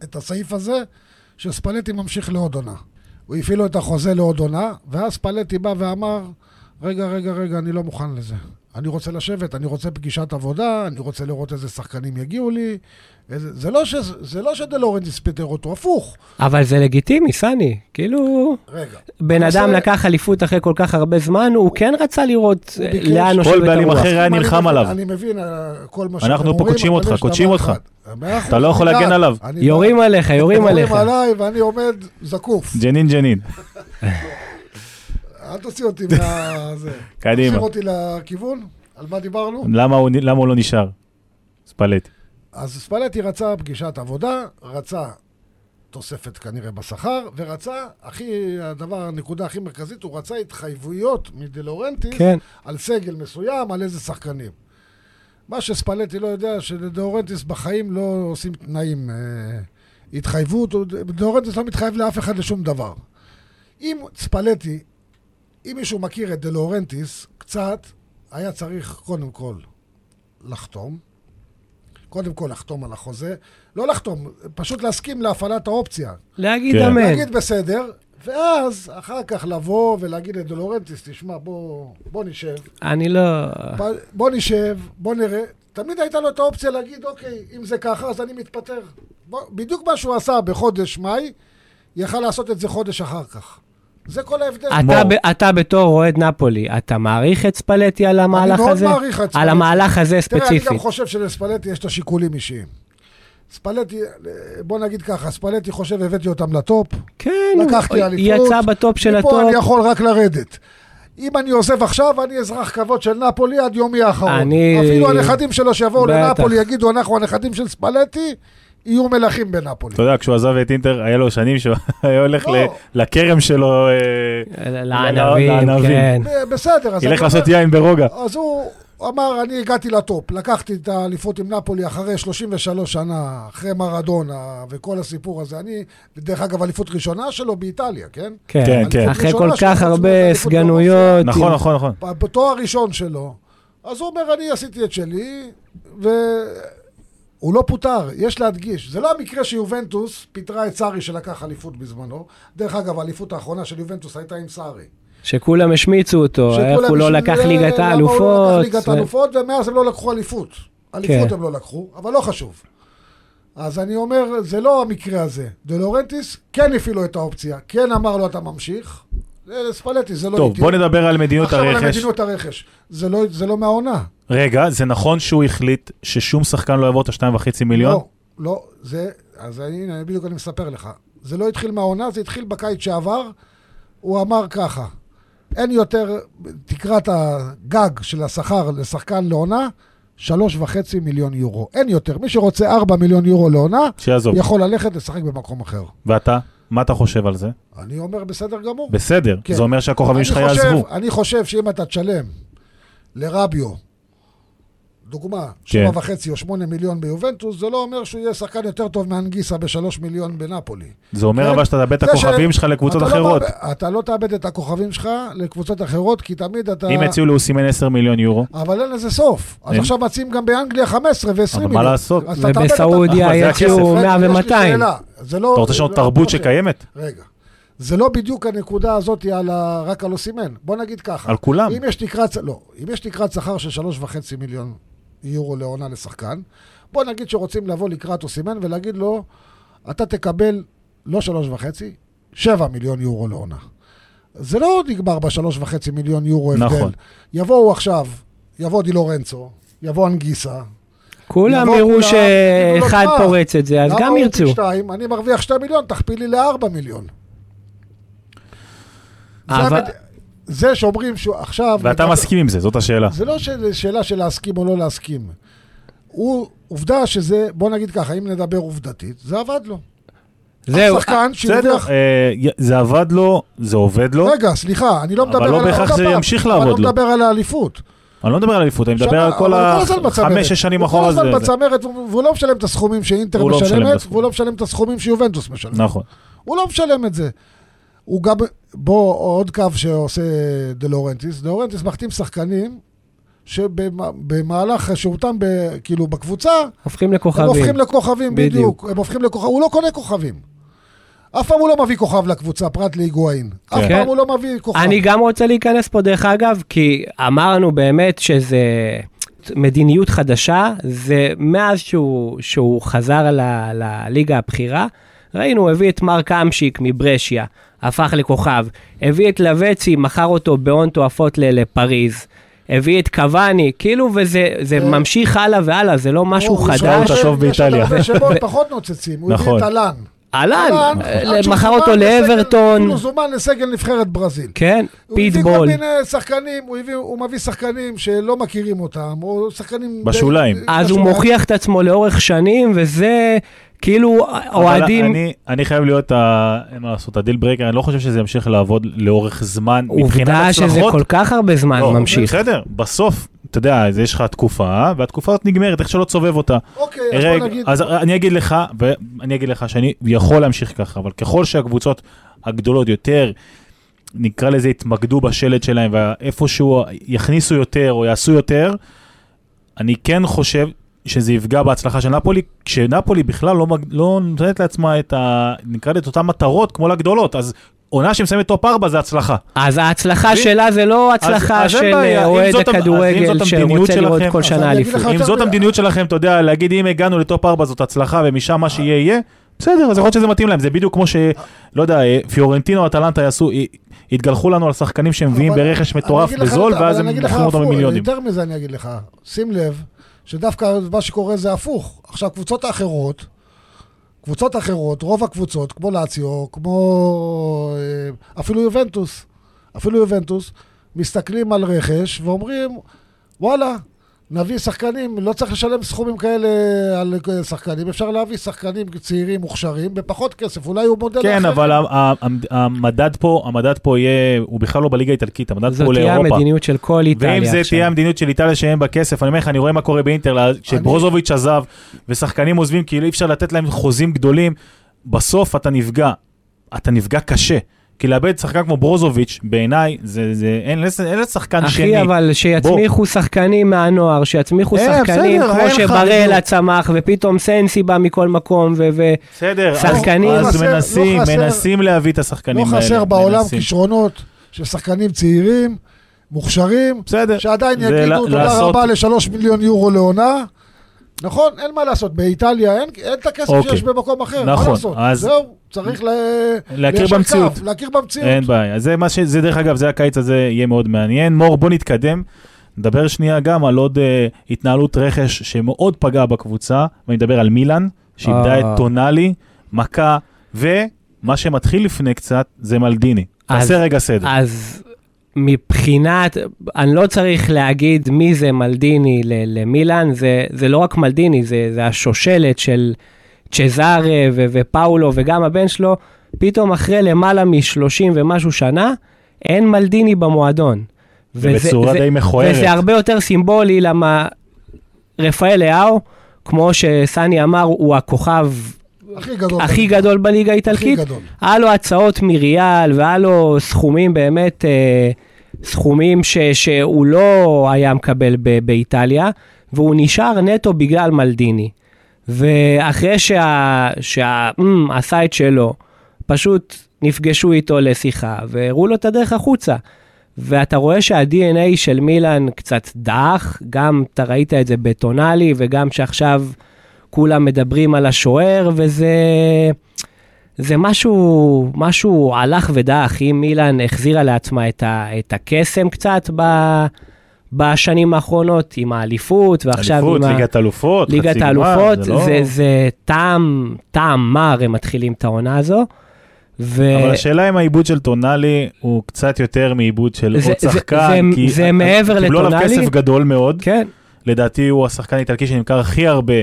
S4: את הסעיף הזה, שספלטי ממשיך לעוד עונה. הוא הפעיל לו את החוזה לעוד עונה, ואז ספלטי בא ואמר, רגע, רגע, רגע, אני לא מוכן לזה. אני רוצה לשבת, אני רוצה פגישת עבודה, אני רוצה לראות איזה שחקנים יגיעו לי. איזה... זה, לא ש... זה לא שדלורנטיס פיטר אותו, הפוך.
S3: אבל זה לגיטימי, סני. כאילו,
S4: רגע.
S3: בן
S4: אבל
S3: אדם
S4: זה-
S3: לקח אליפות אחרי כל כך הרבה זמן, הוא כן רצה לראות אה,
S4: ביקש.
S3: לאן
S4: כל
S3: נושבת הרוח.
S2: בעלים אחר היה
S4: אני
S2: נלחם
S4: מבין-
S2: עליו.
S4: אני מבין אה, כל מה שאתם
S2: אנחנו פה
S4: אומרים.
S2: קודשים
S4: אבל
S2: אותך,
S4: יש דבר
S2: קודשים אותך.
S4: אחד. מאה אחוז,
S2: אתה לא יכול
S4: אני
S2: להגן
S4: בעד,
S2: עליו.
S4: אני בעד.
S3: יורים עליך, יורים עליך.
S4: יורים עליי ואני עומד זקוף.
S2: ג'נין ג'נין,
S4: אל תוציא אותי מה... זה.
S2: קדימה.
S4: תשאיר אותי לכיוון, על מה דיברנו?
S2: למה הוא נ- למה הוא לא נשאר? ספלט.
S4: אז ספלטי רצה פגישת עבודה, רצה תוספת כנראה בשכר, ורצה, הכי, הדבר, הנקודה הכי מרכזית, הוא רצה התחייבויות מדלורנטיס
S3: כן.
S4: על סגל מסוים, על איזה שחקנים. מה שספלטי לא יודע, שלדאורנטיס בחיים לא עושים תנאים. אה, התחייבות, הוא- דאורנטיס לא מתחייב לאף אחד לשום דבר. אם ספלטי, אם מישהו מכיר את דלאורנטיס, קצת, היה צריך קודם כל לחתום. קודם כל לחתום על החוזה. לא לחתום, פשוט להסכים להפעלת האופציה.
S3: להגיד
S2: כן.
S3: אמן.
S4: להגיד בסדר, ואז אחר כך לבוא ולהגיד לדולורנטיס, תשמע, בוא, בוא נשב,
S3: אני לא...
S4: ב- בוא נשב, בוא נראה. תמיד הייתה לו את האופציה להגיד, אוקיי, אם זה ככה, אז אני מתפטר. בוא, בדיוק מה שהוא עשה בחודש מאי, יכל לעשות את זה חודש אחר כך. זה כל ההבדל.
S3: אתה, ב, אתה בתור אוהד נפולי, אתה מעריך את ספלטי על המהלך
S4: מאוד
S3: הזה?
S4: מעריך את
S3: על
S4: ספלטי.
S3: המהלך הזה
S4: תראה, אני גם
S3: ספציפית.
S4: חושב שלספלטי יש את השיקולים אישיים. ספלטי, אה, בוא נגיד ככה, ספלטי חושב, הבאתי אותם לטופ,
S3: כן,
S4: לקחתי
S3: הוא-
S4: אליפות.
S3: יצא בטופ של
S4: מפה אני
S3: הטופ.
S4: יכול רק לרדת. אם אני עוזב עכשיו, אני אזרח כבוד של נפולי עד יומי האחרון.
S3: אני-
S4: אפילו הנכדים שלו שיבואו
S3: בטח.
S4: לנפולי, יגידו, אנחנו הנכדים של ספלטי, יהיו מלכים בנפולי.
S2: אתה יודע, כשהוא עזב את אינטר, היה לו שנים שהוא היה הולך
S4: לא.
S2: ל- לכרם שלו, אה, לענבים.
S3: לענבים, כן. לא,
S4: ב- בסדר, אז...
S2: ילך
S4: אני
S2: לעשות
S4: אומר-
S2: יין ברוגע.
S4: אז הוא אמר, אני הגעתי לטופ, לקחתי את האליפות עם נפולי אחרי 33 שנה, אחרי מרדונה וכל הסיפור הזה. אני, דרך אגב, אליפות ראשונה שלו באיטליה, כן?
S2: כן,
S3: כן.
S4: אליפות ראשונה
S3: אחרי כל
S4: שלו,
S3: כך
S4: חוץ
S3: הרבה
S4: מאליפות
S3: סגנויות.
S2: נכון,
S3: עם-
S2: נכון, נכון.
S4: לא, בתואר הראשון שלו. אז הוא אומר, אני עשיתי את שלי, והוא לא פוטר, יש להדגיש. זה לא המקרה שיובנטוס פיטרה את סארי שלקח אליפות בזמנו. דרך אגב, האליפות האחרונה של יובנטוס הייתה עם סארי.
S3: שכולם השמיצו אותו, איך
S4: שכולם
S3: הוא לא
S4: בשביל-
S3: לקח ליגת
S4: למה הוא לא לקח
S3: האלופות.
S4: ליגת
S3: ו-
S4: האלופות, ומאז הם לא לקחו אליפות. אליפות
S3: כן.
S4: הם לא לקחו, אבל לא חשוב. אז אני אומר, זה לא המקרה הזה. דלורנטיס כן הפעילו את האופציה, כן אמר לו אתה ממשיך. זה ספלטי, זה לא
S2: טוב,
S4: איתי.
S2: בוא נדבר על מדיניות
S4: עכשיו על
S2: הרכש.
S4: מדיניות הרכש. זה לא, זה לא מהעונה.
S2: רגע, זה נכון שהוא החליט ששום שחקן לא יעבור את השניים וחצי מיליון?
S4: לא, לא, זה, אז אני- הנה, בדיוק אני מספר לך. זה לא התחיל מהעונה, זה התחיל בקיץ שעבר. הוא אמר ככה, אין יותר תקרת הגג של השכר לשחקן לעונה, שלוש וחצי מיליון יורו. אין יותר. מי שרוצה ארבע מיליון יורו לעונה,
S2: שיעזוב.
S4: יכול ללכת לשחק במקום אחר.
S2: ואתה? מה אתה חושב על זה?
S4: אני אומר, בסדר גמור.
S2: בסדר,
S4: כן.
S2: זה אומר שהכוכבים
S4: אני
S2: שלך
S4: חושב-
S2: יעזבו.
S4: אני חושב שאם אתה תשלם לרביו,
S2: כן.
S4: דוגמה, שבע וחצי או שמונה מיליון ביובנטוס, זה לא אומר שהוא יהיה שחקן יותר טוב מאנגיסה בשלוש מיליון בנפולי.
S2: זה אומר
S4: כן.
S2: אבל שאתה תאבד את
S4: זה ש-
S2: הכוכבים שלך לקבוצות
S4: אתה לא
S2: אחרות.
S4: מאבד- אתה לא תאבד את הכוכבים שלך לקבוצות אחרות, כי תמיד אתה...
S2: אם יציעו לאוסימן 10 מיליון יורו,
S4: אבל אין לזה סוף. אז
S2: אין.
S4: עכשיו מציעים גם באנגליה 15 ו-20
S2: אבל
S4: מיליון.
S2: מה לעשות?
S4: אז אתה תאבד את-
S3: ובסעודיה
S2: אבל זה הכסף.
S3: יציאו
S4: רגע,
S3: 100
S4: יש לי
S3: ו-200.
S4: שאלה. זה לא...
S2: אתה רוצה לשנות תרבות
S4: משה,
S2: שקיימת?
S4: רגע. זה לא בדיוק הנקודה הזאת על ה... רק על אוסימן. בוא נגיד ככה.
S2: על כולם.
S4: אם יש תקרת... לא. אם יש תקרת שכר של שלוש וחצי מיליון יורו לעונה לשחקן, בוא נגיד שרוצים לבוא לקראת אוסימן ולהגיד לו, אתה תקבל לא שלוש וחצי, שבע מיליון יורו לעונה. זה לא נגמר בשלוש וחצי מיליון יורו הבדל.
S2: נכון.
S4: יבואו עכשיו, יבוא די לורנצו, יבוא אנגיסה,
S3: כולם
S4: יבואו
S3: יראו
S4: כולם, יגידו לו,
S3: שאחד
S4: "מה?
S3: פורץ את זה, אז
S4: למה
S3: גם
S4: הוא
S3: ירצו.
S4: פי שתיים? אני מרוויח שתי מיליון, תכפיל לי לארבע מיליון. זה
S3: אבל-
S4: המד- זה שאומרים שהוא עכשיו...
S2: ואתה מסכים עם זה, זאת השאלה.
S4: זה לא שזה שאלה של להסכים או לא להסכים. הוא, עובדה שזה, בוא נגיד ככה, אם נדבר עובדתית, זה עבד לו.
S3: זהו,
S4: שחקן
S2: בסדר,
S4: שהרוויח...
S2: אה, י- זה עבד לו, זה עובד לו.
S4: רגע, סליחה, אני לא
S2: אבל
S4: מדבר על...
S2: לא
S4: עוד
S2: בהכרח זה
S4: פעם,
S2: ימשיך
S4: אבל
S2: לעבוד
S4: אני
S2: לו.
S4: לא מדבר על האליפות.
S2: אני לא מדבר על אליפות, אני מדבר
S4: שנה,
S2: על כל
S4: אבל הוא כל הזמן בצמרת.
S2: החמש-שש שנים אחורה.
S4: הוא כל
S2: זה-
S4: הזמן
S2: זה-
S4: בצמרת, והוא והוא לא משלם את הסכומים שאינטר
S2: הוא לא משלם את
S4: משלמת,
S2: הסכומים.
S4: והוא לא משלם את הסכומים שיובנטוס משלמת.
S2: נכון.
S4: הוא לא משלם את זה. הוא גם, בוא, עוד קו שעושה דלורנטיס, דלורנטיס מחתים שחקנים שבמהלך שהותם, ב- כאילו, בקבוצה,
S3: הופכים
S4: הם
S3: לכוכבים.
S4: הופכים לכוכבים, בדיוק.
S3: בדיוק.
S4: הם הופכים לכוכבים, הוא לא קונה כוכבים. אף פעם הוא לא מביא כוכב לקבוצה, פרט להיגואין. אף
S2: כן.
S4: פעם הוא לא מביא כוכב.
S3: אני גם רוצה להיכנס פה, דרך אגב, כי אמרנו באמת שזה מדיניות חדשה, זה מאז שהוא, שהוא חזר ל- לליגה הבכירה, ראינו, הוא הביא את מרק אמשיק מברשיה, הפך לכוכב, הביא את לבצי, מכר אותו בהון תועפות ל- לפריז. הביא את קוואני, כאילו, וזה זה ממשיך הלאה והלאה, זה לא משהו
S4: ברור, יש הרבה-
S3: חדש.
S2: אותו טוב
S4: יש עוד
S2: באיטליה.
S4: הרבה שמות פחות נוצצים, הוא הביא
S2: נכון.
S4: את אהלן.
S3: אהלן,
S4: עד שהוא
S3: אה, מכר
S4: זומן
S3: אותו
S4: לסגל-
S3: לאברטון,
S4: הוא זומן לסגל נבחרת ברזיל.
S3: כן,
S4: הוא
S3: פיטבול.
S4: הביא כל מיני שחקנים, הוא, הביא, הוא מביא שחקנים שלא מכירים אותם, או שחקנים...
S2: בשוליים.
S4: די-
S3: אז הוא
S2: נכון.
S4: בשוליים.
S3: מוכיח את עצמו לאורך שנים, וזה כאילו
S2: אבל
S3: אוהדים...
S2: אני, אני חייב להיות, ה... אין מה לעשות, הדיל ברקר, אני לא חושב שזה ימשיך לעבוד לאורך זמן מבחינת
S3: עובדה
S2: הצלחות.
S3: שזה כל כך הרבה זמן
S2: לא,
S3: ממשיך.
S2: בסדר, בסוף, אתה יודע, אז יש לך תקופה, והתקופה הזאת נגמרת, איך שלא תסובב אותה.
S4: אוקיי, אז
S2: אה, רגע,
S4: בוא נגיד...
S2: אז אני אגיד לך, ואני אגיד לך שאני יכול להמשיך ככה, אבל ככל שהקבוצות הגדולות יותר, נקרא לזה, יתמקדו בשלד שלהם, ואיפשהו יכניסו יותר או יעשו יותר, אני כן חושב שזה יפגע בהצלחה של נפולי, כשנפולי בכלל לא, מג- לא נותנת לעצמה את ה... נקרא לזה, את אותן מטרות כמו לגדולות, אז עונה שמסיימת טופ 4 זה הצלחה.
S3: אז ההצלחה
S2: מבין?
S3: שלה זה לא הצלחה
S2: אז אין
S3: של
S2: בעיה, אם
S3: אוהד
S2: זאת המ- אז אם
S3: הכדורגל
S2: זאת המדיניות
S3: שרוצה לראות
S2: שלכם,
S3: כל
S2: אז
S3: שנה
S4: אני אגיד לך
S3: אליפות.
S4: יותר
S2: אם זאת
S4: מזה.
S2: המדיניות שלכם, אתה יודע, להגיד אם הגענו לטופ 4 זאת הצלחה ומשם מה שיהיה יהיה, בסדר, אז יכול להיות שזה מתאים להם, זה בדיוק כמו ש... לא יודע, אה, פיורנטינו או אטלנטה יעשו, י- יתגלחו לנו על שחקנים שהם מביאים
S4: אבל-
S2: ברכש
S4: אני
S2: מטורף
S4: אגיד לך
S2: בזול,
S4: יותר-
S2: ואז
S4: אבל
S2: הם
S4: אני אגיד לך
S2: מוכרים אותו
S4: הפוך,
S2: במיליונים.
S4: יותר מזה אני אגיד לך, שים לב, שדווקא מה שקורה זה הפוך. עכשיו, קבוצות האחרות, קבוצות אחרות, רוב הקבוצות, כמו לאציו, כמו אה, אפילו יובנטוס, אפילו יובנטוס, מסתכלים על רכש ואומרים, וואלה, נביא שחקנים, לא צריך לשלם סכומים כאלה על אה, שחקנים, אפשר להביא שחקנים צעירים מוכשרים בפחות כסף, אולי הוא מודל
S2: כן,
S4: אחר.
S2: אבל ה- ה- המד- המדד פה, המדד פה יהיה, הוא בכלל לא בליגה האיטלקית, המדד פה
S3: זאת
S2: הוא
S3: תהיה
S2: לאירופה.
S3: המדיניות של כל
S2: ואם
S3: איטליה
S2: זה תהיה
S3: עכשיו.
S2: המדיניות של איטליה שאין בה כסף, אני אומר לך, אני רואה מה קורה באינטר, לה- כשברוזוביץ' עזב ושחקנים עוזבים כי אי אפשר לתת להם חוזים גדולים, בסוף אתה נפגע, אתה נפגע קשה. כי לאבד שחקן כמו ברוזוביץ', בעיניי, זה, זה, אין, אין, אין לשחקן שני.
S3: אחי, אבל שיצמיחו שחקנים מהנוער, שיצמיחו
S2: אה,
S3: שחקנים
S2: בסדר,
S3: כמו
S2: אין לך
S3: שבראלה
S2: בדיוק.
S3: צמח, ופתאום סנסי בא מכל מקום, ו... ו-
S2: בסדר, אז-
S3: שחקנים-
S2: אז,
S4: לא חסר-
S2: מנסים,
S4: לא חסר-
S2: מנסים להביא את השחקנים
S4: לא
S2: האלה.
S4: חסר בעולם
S2: מנסים.
S4: כישרונות של שחקנים צעירים, מוכשרים,
S2: בסדר.
S4: שעדיין
S2: זה
S4: יגידו
S2: ל-
S4: תודה
S2: לעשות-
S4: רבה לשלוש מיליון יורו לעונה. נכון, אין מה לעשות, באיטליה אין, אין את הכסף
S2: אוקיי.
S4: שיש במקום אחר,
S2: נכון,
S4: מה לעשות?
S2: אז-
S4: זהו, צריך ל...
S2: להכיר
S4: ליישר
S2: במציאות.
S4: קו, להכיר במציאות.
S2: אין בעיה, זה מה ש... זה דרך אגב, זה הקיץ הזה יהיה מאוד מעניין. מור, בוא נתקדם. נדבר שנייה גם על עוד אה, התנהלות רכש שמאוד פגעה בקבוצה, ואני מדבר על מילאן, שאיבדה
S3: אה.
S2: את טונאלי, מכה, ומה שמתחיל לפני קצת זה מלדיני.
S3: אז-
S2: תעשה רגע סדר.
S3: אז מבחינת, אני לא צריך להגיד מי זה מלדיני ל- למילאן, זה, זה לא רק מלדיני, זה, זה השושלת של צ'זארה ו- ופאולו וגם הבן שלו, פתאום אחרי למעלה מ-30 ומשהו שנה, אין מלדיני במועדון.
S2: ובצורה די מכוערת.
S3: וזה הרבה יותר סימבולי, למה רפאל לאהו, כמו שסני אמר, הוא הכוכב
S4: הכי גדול.
S3: הכי גדול בליגה האיטלקית,
S4: גדול.
S3: היה לו הצעות מריאל והיה לו סכומים באמת, אה, סכומים ש, שהוא לא היה מקבל ב, באיטליה, והוא נשאר נטו בגלל מלדיני. ואחרי שה... שה... אמ, עשה את שלו, פשוט נפגשו איתו לשיחה והראו לו את הדרך החוצה. ואתה רואה שה-DNA של מילאן קצת דח, גם אתה ראית את זה בטונאלי וגם שעכשיו כולם מדברים על השוער, וזה... זה משהו, משהו הלך ודח, אם מילאן החזירה לעצמה את, ה, את הקסם קצת ב, בשנים האחרונות, עם האליפות, ועכשיו
S2: אליפות,
S3: עם ה...
S2: ליגת אלופות,
S3: ליגת
S2: חצי
S3: האלופות,
S2: גמר,
S3: זה,
S2: לא-
S3: זה, זה טעם, טעם מר הם מתחילים את העונה הזו. ו...
S2: אבל השאלה אם העיבוד של טונאלי הוא קצת יותר מעיבוד של
S3: זה-
S2: עוד
S3: זה-
S2: שחקן,
S3: זה-
S2: כי
S3: זה מעבר
S2: קיבלו עליו
S3: לטונאלי?
S2: כסף גדול מאוד.
S3: כן,
S2: לדעתי הוא השחקן האיטלקי שנמכר הכי הרבה,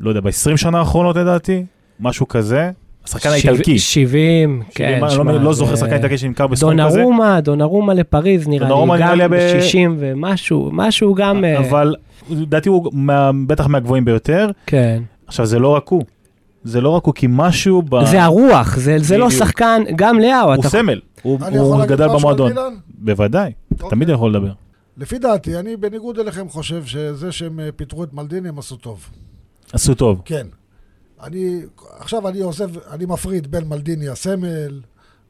S2: לא יודע, ב-20 שנה האחרונות לדעתי, משהו כזה. השחקן
S3: שבע-
S2: האיטלקי.
S3: 70,
S2: אני
S3: כן,
S2: לא-
S3: שמע,
S2: לא
S3: זה-
S2: זוכר שחקן איטלקי שנמכר בסכום כזה,
S3: דונרומה, דונרומה לפריז נראה
S2: דונרומה
S3: לי,
S2: נראה
S3: גם
S2: לי היה ב-
S3: ב-60 ומשהו, משהו גם, אה,
S2: אבל לדעתי הוא מה- בטח מהגבוהים ביותר.
S3: כן.
S2: עכשיו, זה לא רק הוא. זה לא רק הוא, כי משהו ב...
S3: זה הרוח, זה זה לא
S2: אה, בדיוק.
S3: שחקן, גם לאו,
S2: הוא
S3: אתה
S2: סמל, הוא
S4: אני
S2: הוא
S4: יכול להגיד
S2: גדל
S4: משהו על
S2: במועדון.
S4: מילאן?
S2: בוודאי,
S4: אוקיי.
S2: תמיד יכול לדבר.
S4: לפי דעתי, אני בניגוד אליכם חושב שזה שהם אה, פיטרו את מלדיני הם עשו טוב.
S2: עשו טוב.
S4: כן. אני, עכשיו אני עוזב, אני מפריד בין מלדיני הסמל,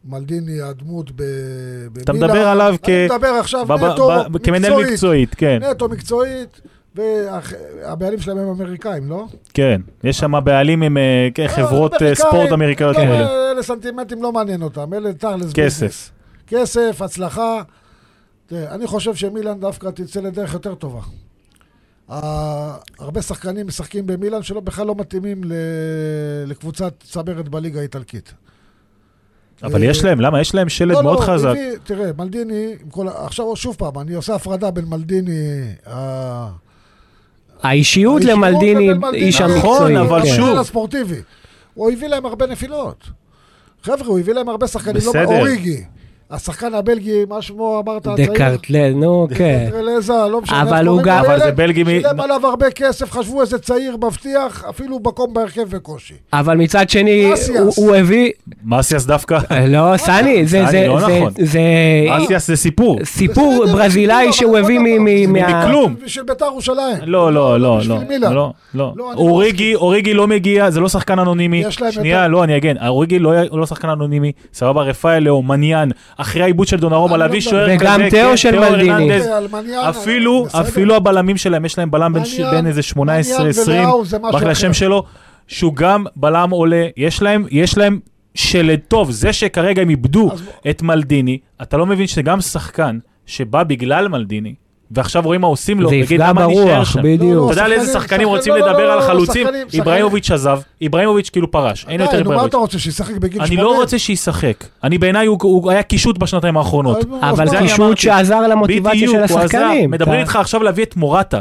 S4: מלדיני הדמות ב- במילאן.
S2: אתה מדבר עליו כ...
S4: אני מדבר עכשיו
S2: ב- ב-
S4: נטו
S2: ב- כמנהל
S4: מקצועית. אה.
S2: מקצועית, כן,
S4: נטו מקצועית, והבעלים שלהם הם אמריקאים, לא?
S2: כן. יש שם בעלים עם אה, כן, חברות אה,
S4: אמריקאים,
S2: ספורט אמריקאיות
S4: לא,
S2: כאלה.
S4: אלה סנטימנטים לא מעניין אותם, אלה תכלס ביזנס.
S2: כסף.
S4: כסף, הצלחה. תראה, אני חושב שמילאן דווקא תצא לדרך יותר טובה. ה- הרבה שחקנים משחקים במילאן שלא בכלל לא מתאימים ל- לקבוצת צמרת בליגה האיטלקית.
S2: אבל
S4: אה,
S2: יש להם, למה? יש להם שלד
S4: לא,
S2: מאוד
S4: לא,
S2: חזק.
S4: הביא- תראה, מלדיני, עם כל ה- עכשיו שוב פעם, אני עושה הפרדה בין מלדיני... ה-
S3: האישיות
S4: האישיות
S3: למלדיני
S4: לבין מלדיני.
S3: איש המקצועי.
S2: נכון, אבל
S3: כן.
S4: המנהל
S2: שוב.
S4: הספורטיבי. הוא הביא להם הרבה נפילות. חבר'ה, הוא הביא להם הרבה שחקנים. לא-
S2: בסדר.
S4: אוריגי. השחקן הבלגי, מה שמו אמרת? הצעיר?
S3: דקרטלה, נו, כן.
S4: דקרטלזה, לא משנה.
S3: אבל
S4: איך
S3: הוא
S4: קוראים
S3: גם-
S4: לו,
S2: אבל זה
S4: ילד,
S2: בלגי מ-
S4: שילם עליו הרבה כסף, חשבו איזה צעיר מבטיח, אפילו מקום בהרכב וקושי.
S3: אבל מצד שני,
S4: אסיאס.
S3: הוא- הוא הביא...
S2: מסיאס דווקא,
S3: אה, לא, סני, זה...
S2: סני,
S3: זה-
S2: לא
S3: זה-
S2: נכון.
S3: זה אה,
S2: מסיאס זה סיפור.
S3: סיפור
S4: בסדר,
S3: ברזילאי
S4: אבל
S3: שהוא הביא
S4: כל
S3: מ-
S4: דבר.
S3: מ- מה...
S2: מכלום.
S4: בשביל בית"ר ירושלים.
S2: לא, לא, לא,
S4: בשביל
S2: לא,
S4: מילאן.
S2: לא, לא.
S4: לא, אני לא
S2: אוריגי, אוריגי לא מגיע, זה לא שחקן אנונימי.
S4: יש להם
S2: שנייה,
S4: יותר-
S2: לא, אני אגן. אוריגי לא היה- לא שחקן אנונימי, סבבה, רפאלו, מניאן. אחרי העיבוד של דונרומה,
S4: אני לא
S2: להביא
S4: מדבר.
S2: שוער כזה.
S3: וגם תיאו
S2: כן,
S3: של מלדיני.
S2: הרננדז.
S4: על מניאן,
S2: אפילו,
S4: בסדר.
S2: אפילו הבלמים שלהם, יש להם בלם בין ש-
S4: מניאן-
S2: בין איזה 18,
S4: מניאן
S2: 20,
S4: ולאו זה משהו
S2: רק לשם
S4: אחר.
S2: שלו, שהוא גם בלם עולה, יש להם, יש להם שלד טוב. זה שכרגע הם איבדו
S4: אז
S2: את מלדיני, אתה לא מבין שגם שחקן שבא בגלל מלדיני, ועכשיו רואים מה עושים לו,
S3: זה
S2: נגיד,
S3: יפגע
S2: למה אני אשאר
S3: ברוח,
S2: שם?
S3: בדיוק.
S2: אתה יודע על איזה
S4: לא, שחקנים,
S2: שחקנים רוצים
S4: שחקנים, לא,
S2: לדבר
S4: לא,
S2: על
S4: לא,
S2: החלוצים?
S4: שחקנים, לא, שחקנים.
S2: איבראימוביץ' עזב, איבראימוביץ' כאילו פרש, אין יותר
S4: די, נו, מה אתה
S2: איבראימוביץ'.
S4: רוצה, שישחק בגיל
S2: אני
S4: שמונה?
S2: לא רוצה שישחק, אני בעיניי הוא- הוא היה קישוט בשנתיים האחרונות.
S4: אז מה,
S3: אבל
S4: אז
S2: זה
S4: מה?
S2: אני
S3: קישוט
S2: אמרתי.
S3: שעזר למוטיבציה
S2: בדיוק,
S3: של
S2: הוא עזב,
S3: השחקנים.
S2: מדברים
S3: אתה-
S2: איתך עכשיו להביא את מורטה.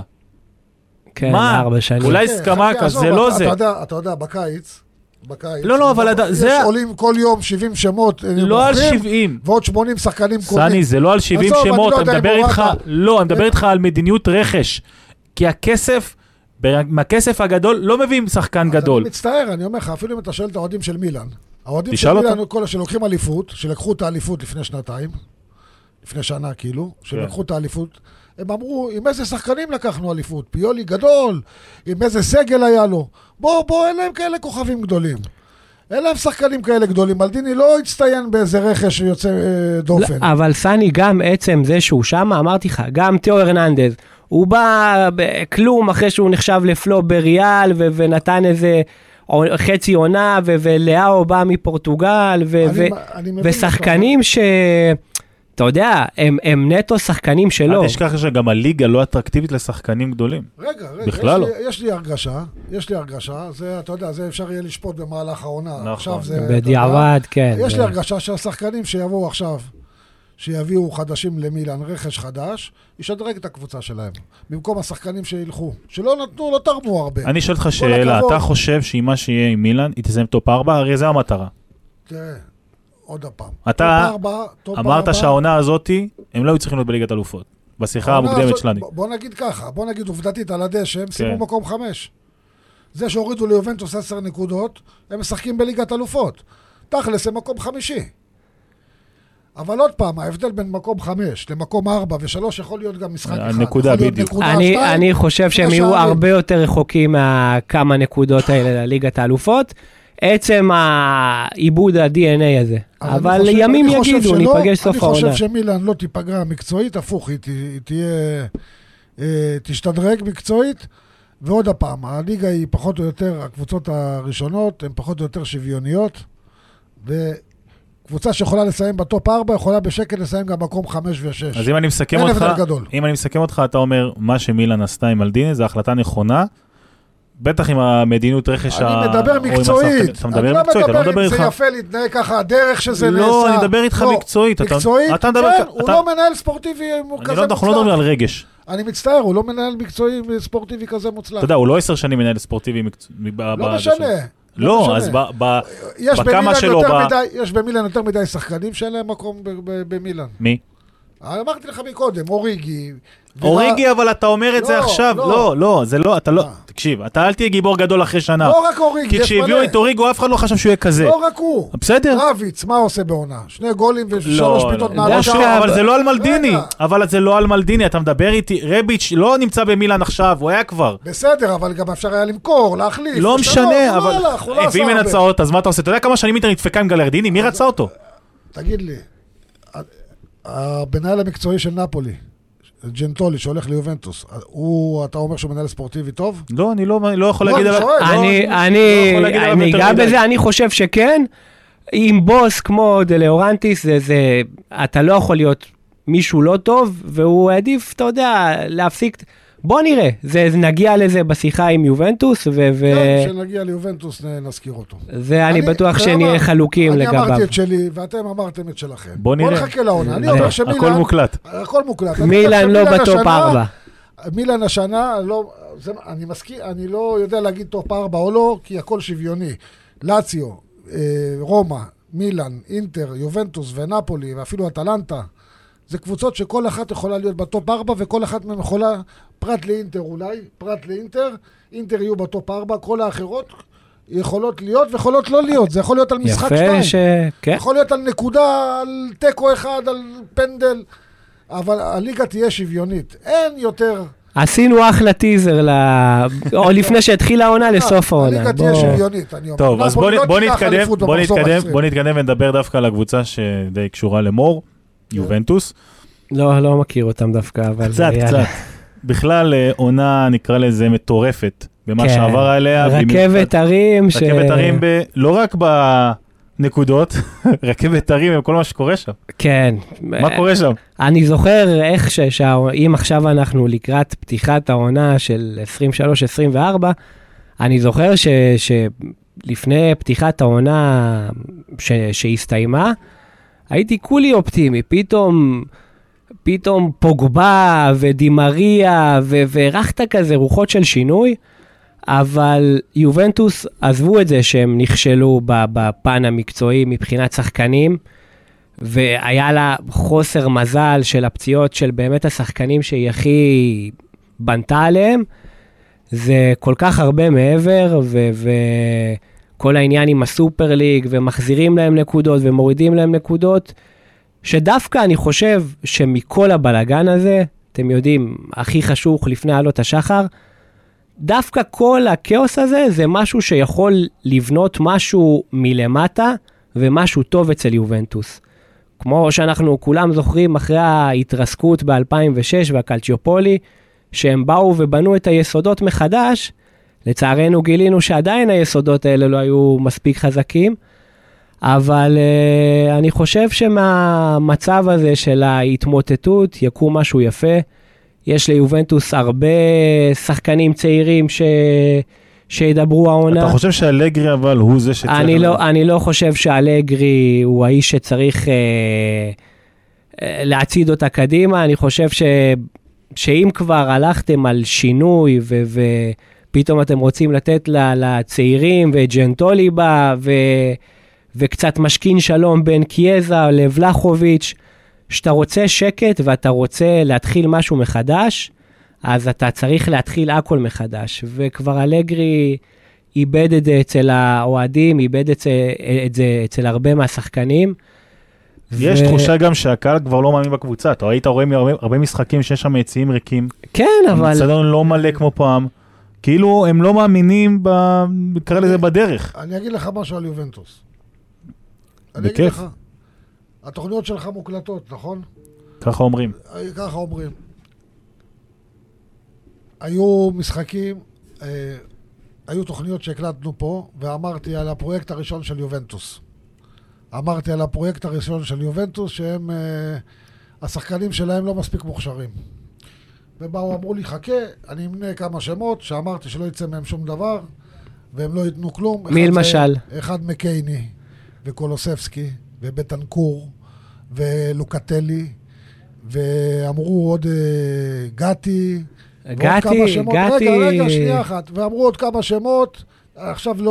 S3: כן,
S2: מה?
S3: ארבע שנים.
S2: אולי
S4: כן,
S2: הסכמה
S4: חכה,
S2: כזה,
S4: עזוב,
S2: לא
S4: אתה-
S2: זה.
S4: אתה יודע, אתה יודע, בקיץ, בקיץ.
S2: לא, לא, אבל
S4: יש
S2: עדיין- זה-
S4: עולים כל יום 70 שמות. אה,
S2: לא על
S4: מוכרים,
S2: 70.
S4: ועוד 80 שחקנים קודמים.
S2: סני, זה לא על 70
S4: עזוב, אני
S2: שמות,
S4: לא
S2: אני
S4: יודע אם
S2: מדבר
S4: הוא
S2: איתך,
S4: ראה את ה-
S2: לא, אני מדבר איתך על מדיניות רכש. כי הכסף, ב- מהכסף הגדול לא מביאים שחקן גדול.
S4: אני מצטער, אני אומר לך, אפילו אם אתה שואל את האוהדים של מילאן, האוהדים של
S2: תשאל
S4: מילאן,
S2: אותם.
S4: כל אלה שלוקחים אליפות, שלקחו את האליפות לפני שנתיים, לפני שנה כאילו,
S2: כן.
S4: שלקחו את האליפות, הם אמרו, עם איזה שחקנים לקחנו אליפות? פיולי גדול, עם איזה סגל היה לו. בוא, בוא, אין להם כאלה כוכבים גדולים. אין להם שחקנים כאלה גדולים. מלדיני לא הצטיין באיזה רכש יוצא אה,
S3: לא,
S4: דופן.
S3: אבל סני, גם עצם זה שהוא שם, אמרתי לך, גם תיאו הרננדז, הוא בא בכלום אחרי שהוא נחשב לפלופ בריאל, ו- ונתן איזה עו- חצי עונה, ו- ולאהו בא מפורטוגל, ו-
S4: אני-
S3: ו-
S4: אני מבין
S3: ושחקנים ש... אתה יודע, הם, הם נטו שחקנים שלו.
S4: אה,
S2: אל תשכח שגם הליגה לא אטרקטיבית לשחקנים גדולים.
S4: רגע, רגע,
S2: בכלל
S4: יש, לי, יש לי הרגשה, יש לי הרגשה, זה, אתה יודע, זה אפשר יהיה לשפוט במהלך העונה.
S2: נכון.
S4: עכשיו זה... אתה יודע,
S3: בדיעבד, כן.
S4: יש
S3: זה-
S4: לי הרגשה שהשחקנים שיבואו עכשיו, שיביאו חדשים למילן, רכש חדש, ישדרג את הקבוצה שלהם, במקום השחקנים שילכו, שלא נתנו, לא תרמו הרבה.
S2: אני אשאל אותך
S4: כל
S2: שאלה,
S4: הכבוד.
S2: אתה חושב שעם מה שיהיה עם מילאן, היא תסיים טופ 4? הרי זה המטרה.
S4: תראה, עוד פעם.
S2: אתה
S4: טופ ארבע, טופ ארבע.
S2: אמרת שהעונה הזאתי, הם לא היו צריכים להיות בליגת אלופות. בשיחה
S4: העונה
S2: המוקדמת
S4: הזאת-
S2: שלנו.
S4: ב- לא, בוא נגיד ככה, בוא נגיד עובדתית על הדשא, הם סיימו
S2: כן.
S4: מקום חמש. זה שהורידו ליובנטוס עשר נקודות, הם משחקים בליגת אלופות. תכלס, הם מקום חמישי. אבל עוד פעם, ההבדל בין מקום חמש למקום ארבע ושלוש יכול להיות גם משחק אחד.
S2: הנקודה,
S4: יכול להיות
S2: אה, בדיוק.
S4: נקודה,
S3: אני,
S4: שתיים.
S3: אני חושב שהם
S4: שלושה
S3: יהיו
S4: שערים.
S3: הרבה יותר רחוקים מהכמה נקודות האלה לליגת האלופות. עצם העיבוד ה-DNA הזה.
S4: אני
S3: אבל
S4: חושב-
S3: ימים
S4: אני חושב
S3: יגידו,
S4: שלא.
S3: ניפגש סוף
S4: אני
S3: העונה.
S4: חושב שמילן לא תיפגע מקצועית, הפוך, היא ת- היא תהיה... אה, תשתדרג מקצועית. ועוד הפעם, הליגה היא פחות או יותר, הקבוצות הראשונות הן פחות או יותר שוויוניות, וקבוצה שיכולה לסיים בטופ 4 יכולה בשקט לסיים גם מקום 5 ו-6.
S2: אז אם אני מסכם
S4: אין
S2: אותך,
S4: הבדל גדול.
S2: אם אני מסכם אותך, אתה אומר, מה שמילן עשתה עם מלדיני זו החלטה נכונה, בטח עם המדיניות רכש ה...
S4: אני
S2: או
S4: מדבר
S2: עם השחקנים.
S4: מקצועית.
S2: אתה מדבר מקצועית, אתה לא מדבר
S4: אם זה
S2: איתך.
S4: יפה להתנהג ככה, הדרך שזה נעשה.
S2: לא, אני מדבר איתך
S4: לא,
S2: מקצועית. אתה-
S4: מקצועית,
S2: אתה מדבר...
S4: כן,
S2: כ-
S4: הוא
S2: אתה-
S4: לא מנהל ספורטיבי הוא
S2: אני
S4: כזה
S2: לא- אנחנו לא
S4: מוצלח.
S2: מדברים על רגש.
S4: אני מצטער, הוא לא מנהל מקצועי ספורטיבי כזה מוצלח.
S2: אתה יודע, הוא לא עשר שנים מנהל ספורטיבי. מקצוע- מב- ב-
S4: לא
S2: ב-
S4: משנה.
S2: לא,
S4: משנה.
S2: אז ב- ב-
S4: יש
S2: בכמה
S4: במילן
S2: שלו
S4: יותר
S2: ב-
S4: מדי- יש במילן יותר מדי שחקנים שאין להם מקום ב- ב- במילן.
S2: מי?
S4: אמרתי לך מקודם, אוריגי. וילה-
S2: אוריגי, אבל אתה אומר את זה
S4: לא,
S2: עכשיו.
S4: לא.
S2: לא, לא, זה לא, אתה לא...
S4: אה.
S2: תקשיב, אתה אל תהיה גיבור גדול אחרי שנה.
S4: לא רק אוריגי,
S2: כי
S4: יש מלא.
S2: כשהביאו את אוריגו, אף אחד לא חשב שהוא יהיה כזה.
S4: לא רק הוא.
S2: בסדר?
S4: רביץ, מה עושה בעונה? שני גולים ושלוש
S2: לא,
S4: בעיטות
S2: לא,
S4: מעל
S3: דווקא-
S4: השער.
S2: לא, אבל זה לא על מלדיני.
S4: רגע.
S2: אבל זה לא על מלדיני, אתה מדבר איתי. רביץ' לא נמצא במילאן עכשיו, הוא היה כבר.
S4: בסדר, אבל גם אפשר היה למכור, להחליף.
S2: לא
S4: לשנות,
S2: משנה,
S4: הוא
S2: אבל...
S4: לא הלך, הוא לא
S2: אה,
S4: עשה
S2: ואם אין
S4: הרבה. אה,
S2: הצעות, אז מה אתה עושה? אתה יודע כמה שנים אינטר נדפקה עם גלרדיני? מי רצה אותו?
S4: תגיד לי, ה- המנהל המקצועי של נפולי, ג'נטולי, שהולך ליובנטוס, הוא, אתה אומר שהוא מנהל ספורטיבי טוב?
S2: לא, אני לא אני לא יכול
S4: לא,
S2: להגיד
S4: אני
S2: עליו...
S4: שואל. לא,
S3: אני,
S4: לא
S3: אני,
S2: יכול להגיד עליו
S3: אני
S2: יותר
S3: גם
S2: מדי.
S3: בזה, אני חושב שכן. עם בוס כמו דלאורנטיס, זה, זה, אתה לא יכול להיות מישהו לא טוב, והוא העדיף, אתה יודע, להפסיק. בוא נראה, זה, זה- נגיע לזה בשיחה עם יובנטוס,
S4: כן,
S3: וזה,
S4: כשנגיע ליובנטוס נ- נזכיר אותו.
S3: אה, אני בטוח
S4: אתה יודע מה?
S3: שנהיה חלוקים
S4: אני
S3: לגביו.
S4: אמרתי את שלי, ואתם אמרתם את שלכם.
S2: בוא נראה.
S4: בוא נחכה לעונה. אני
S2: אתה-
S4: אומר שמילן...
S2: הכל מוקלט.
S4: הכל מוקלט. אני
S3: מילאן
S4: חושב
S3: לא
S4: שמילאן
S3: בטופ
S4: השנה-
S3: ארבע.
S4: מילן השנה, לא, זה, אני מסכים, אני לא יודע להגיד טופ ארבע או לא, כי הכל שוויוני. לאציו, אה, רומא, מילן, אינטר, יובנטוס ונפולי, ואפילו אטלנטה, זה קבוצות שכל אחת יכולה להיות בטופ ארבע, וכל אחת מהן יכולה, פרט לאינטר אולי, פרט לאינטר, אינטר יהיו בטופ ארבע, כל האחרות יכולות להיות ויכולות לא להיות, זה יכול להיות על משחק שתיים.
S3: יפה, ש... כן.
S4: יכול להיות על נקודה, על תיקו אחד, על פנדל, אבל הליגה תהיה שוויונית. אין יותר...
S3: עשינו אחלה טיזר, ל... או לפני שהתחילה העונה,
S4: לא,
S3: לסוף העונה.
S4: הליגה
S3: בוא.
S4: אה, תהיה שוויונית, אני אומר.
S2: טוב, אז בוא
S4: נפולי לא
S2: בוא
S4: תיקח
S2: נתקדם,
S4: אליפות
S2: בוא
S4: במחזור
S2: נתקדם,
S4: ה-עשרים.
S2: בוא נתקדם ונדבר דווקא על הקבוצה שדי קשורה למור, יובנטוס.
S3: לא, לא מכיר אותם דווקא, אבל...
S2: קצת,
S3: יאללה.
S2: קצת. בכלל אה, עונה, נקרא לזה, מטורפת במה
S3: כן.
S2: שעבר עליה. במיוחד-
S3: רכבת הרים. ש-
S2: רכבת הרים, ב- לא רק בנקודות, רכבת הרים עם כל מה שקורה שם.
S3: כן.
S4: אה.
S2: מה קורה שם?
S3: אני זוכר איך ש... שה- אם עכשיו אנחנו לקראת פתיחת העונה של 23-24, אני זוכר ש... שלפני פתיחת העונה ש... שהסתיימה, הייתי כולי אופטימי. פתאום... פתאום פוגבה ודימריה, ו- והרחת כזה רוחות של שינוי, אבל יובנטוס עזבו את זה שהם נכשלו ב- בפן המקצועי מבחינת שחקנים, והיה לה חוסר מזל של הפציעות של באמת השחקנים שהיא הכי בנתה עליהם. זה כל כך הרבה מעבר, ו... ו- כל העניין עם הסופר ליג, ומחזירים להם נקודות, ומורידים להם נקודות, שדווקא אני חושב שמכל הבלגן הזה, אתם יודעים, הכי חשוך לפני עלות השחר, דווקא כל הכאוס הזה זה משהו שיכול לבנות משהו מלמטה ומשהו טוב אצל יובנטוס. כמו שאנחנו כולם זוכרים אחרי ההתרסקות ב-2006 והקלצ'יופולי, שהם באו ובנו את היסודות מחדש, לצערנו גילינו שעדיין היסודות האלה לא היו מספיק חזקים, אבל uh, אני חושב שמהמצב הזה של ההתמוטטות יקום משהו יפה. יש ליובנטוס הרבה שחקנים צעירים ש... שידברו העונה.
S2: אתה חושב שאלגרי אבל הוא זה שצריך...
S3: אני לא, אני לא חושב שאלגרי הוא האיש שצריך אה, אה, להצעיד אותה קדימה, אני חושב ש, שאם כבר הלכתם על שינוי ו, ופתאום אתם רוצים לתת ל, לצעירים וג'נטולי בה ו, וקצת משכין שלום בין קיאזה לבלחוביץ', שאתה רוצה שקט ואתה רוצה להתחיל משהו מחדש, אז אתה צריך להתחיל הכל מחדש. וכבר אלגרי איבד את זה אצל האוהדים, איבד את זה, את זה אצל הרבה מהשחקנים.
S2: יש
S3: ו-
S2: תחושה גם שהקהל כבר לא מאמין בקבוצה. אתה היית רואה מהרבה- הרבה משחקים שיש שם יציעים ריקים.
S3: כן, אבל...
S2: המצטדיון לא מלא כמו פעם. כאילו הם לא מאמינים, ב- נקרא לזה, בדרך.
S4: אני אגיד לך משהו על יובנטוס. אני אגיד
S2: בכיף.
S4: לך, התוכניות שלך מוקלטות, נכון?
S2: ככה אומרים.
S4: אה, ככה אומרים. היו משחקים, אה, היו תוכניות שהקלטנו פה, ואמרתי על הפרויקט הראשון של יובנטוס. אמרתי על הפרויקט הראשון של יובנטוס, שהם, אה, השחקנים שלהם לא מספיק מוכשרים. ובאו, אמרו לי, חכה, אני אמנה כמה שמות, שאמרתי שלא יצא מהם שום דבר, והם לא ייתנו כלום.
S3: מי
S4: אחד זה-
S3: למשל?
S4: אחד מקייני, וקולוספסקי, ובטנקור, ולוקטלי, ואמרו עוד אה, גתי, ועוד
S3: גתי,
S4: כמה שמות.
S3: גתי.
S4: רגע, רגע, שנייה אחת. ואמרו עוד כמה שמות, עכשיו לא,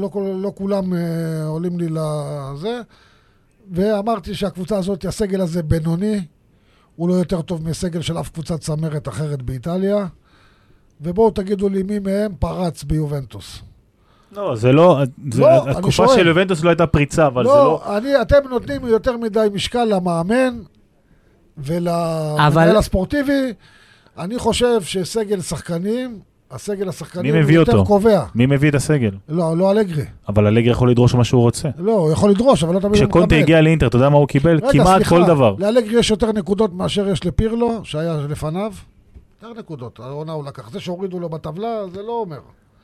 S4: לא, לא, לא כולם אה, עולים לי לזה. ואמרתי שהקבוצה הזאת, הסגל הזה בינוני, הוא לא יותר טוב מסגל של אף קבוצת צמרת אחרת באיטליה. ובואו תגידו לי מי מהם פרץ ביובנטוס.
S2: לא, זה לא, זה-
S4: לא, אני
S2: התקופה
S4: שואל.
S2: של יובנטוס לא הייתה פריצה, אבל זה
S4: לא,
S2: לא...
S4: לא, אני, אתם נותנים יותר מדי משקל למאמן ולמנהל
S3: אבל-
S4: הספורטיבי. אני חושב שסגל שחקנים, הסגל השחקנים
S2: מי מביא
S4: יותר
S2: אותו?
S4: קובע.
S2: מי מביא את הסגל?
S4: לא, לא אלגרי.
S2: אבל הלגר יכול לדרוש מה שהוא רוצה.
S4: לא, הוא יכול לדרוש, אבל לא תמיד הוא מקבל.
S2: כשקונטה הגיע לאינטר, אתה יודע מה הוא קיבל?
S4: רגע,
S2: כמעט
S4: סליחה,
S2: כל דבר.
S4: לאלגרי יש יותר נקודות מאשר יש לפירלו, שהיה לפניו. יותר נקודות, העונה הוא לקח. זה שהורידו לו בטבלה, זה לא אומר.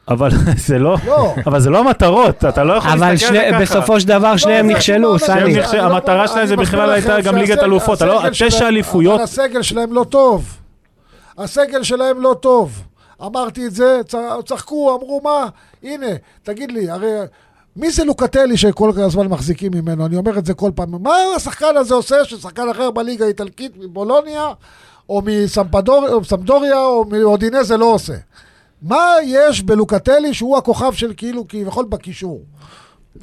S2: אבל זה לא...
S4: לא.
S2: אבל זה לא המטרות, אתה לא יכול
S3: אבל
S2: להסתכל על זה
S3: שני-
S2: ככה.
S3: בסופו של דבר שניהם
S4: זה
S3: נכשלו,
S4: כמעט-
S2: שניהם
S3: סני.
S2: נכשלו.
S4: אני לא-
S2: המטרה שלהם
S4: אני
S2: זה
S4: מזכיר
S2: בכלל
S4: לכם
S2: הייתה גם
S4: שהסגל-
S2: ליגת אלופות, אתה לא-
S4: הסגל
S2: תשע
S4: שלהם-
S2: אליפויות.
S4: אבל הסגל שלהם לא טוב. הסגל שלהם לא טוב. אמרתי את זה, צ- צחקו, אמרו מה? הנה, תגיד לי, הרי... מי זה לוקטלי שכל הזמן מחזיקים ממנו? אני אומר את זה כל פעם. מה השחקן הזה עושה ששחקן אחר בליגה האיטלקית מבולוניה, או מסמפדור- או מסמפדוריה, או מאודינזה לא עושה? מה יש בלוקטלי שהוא הכוכב של כאילו כביכול בקישור?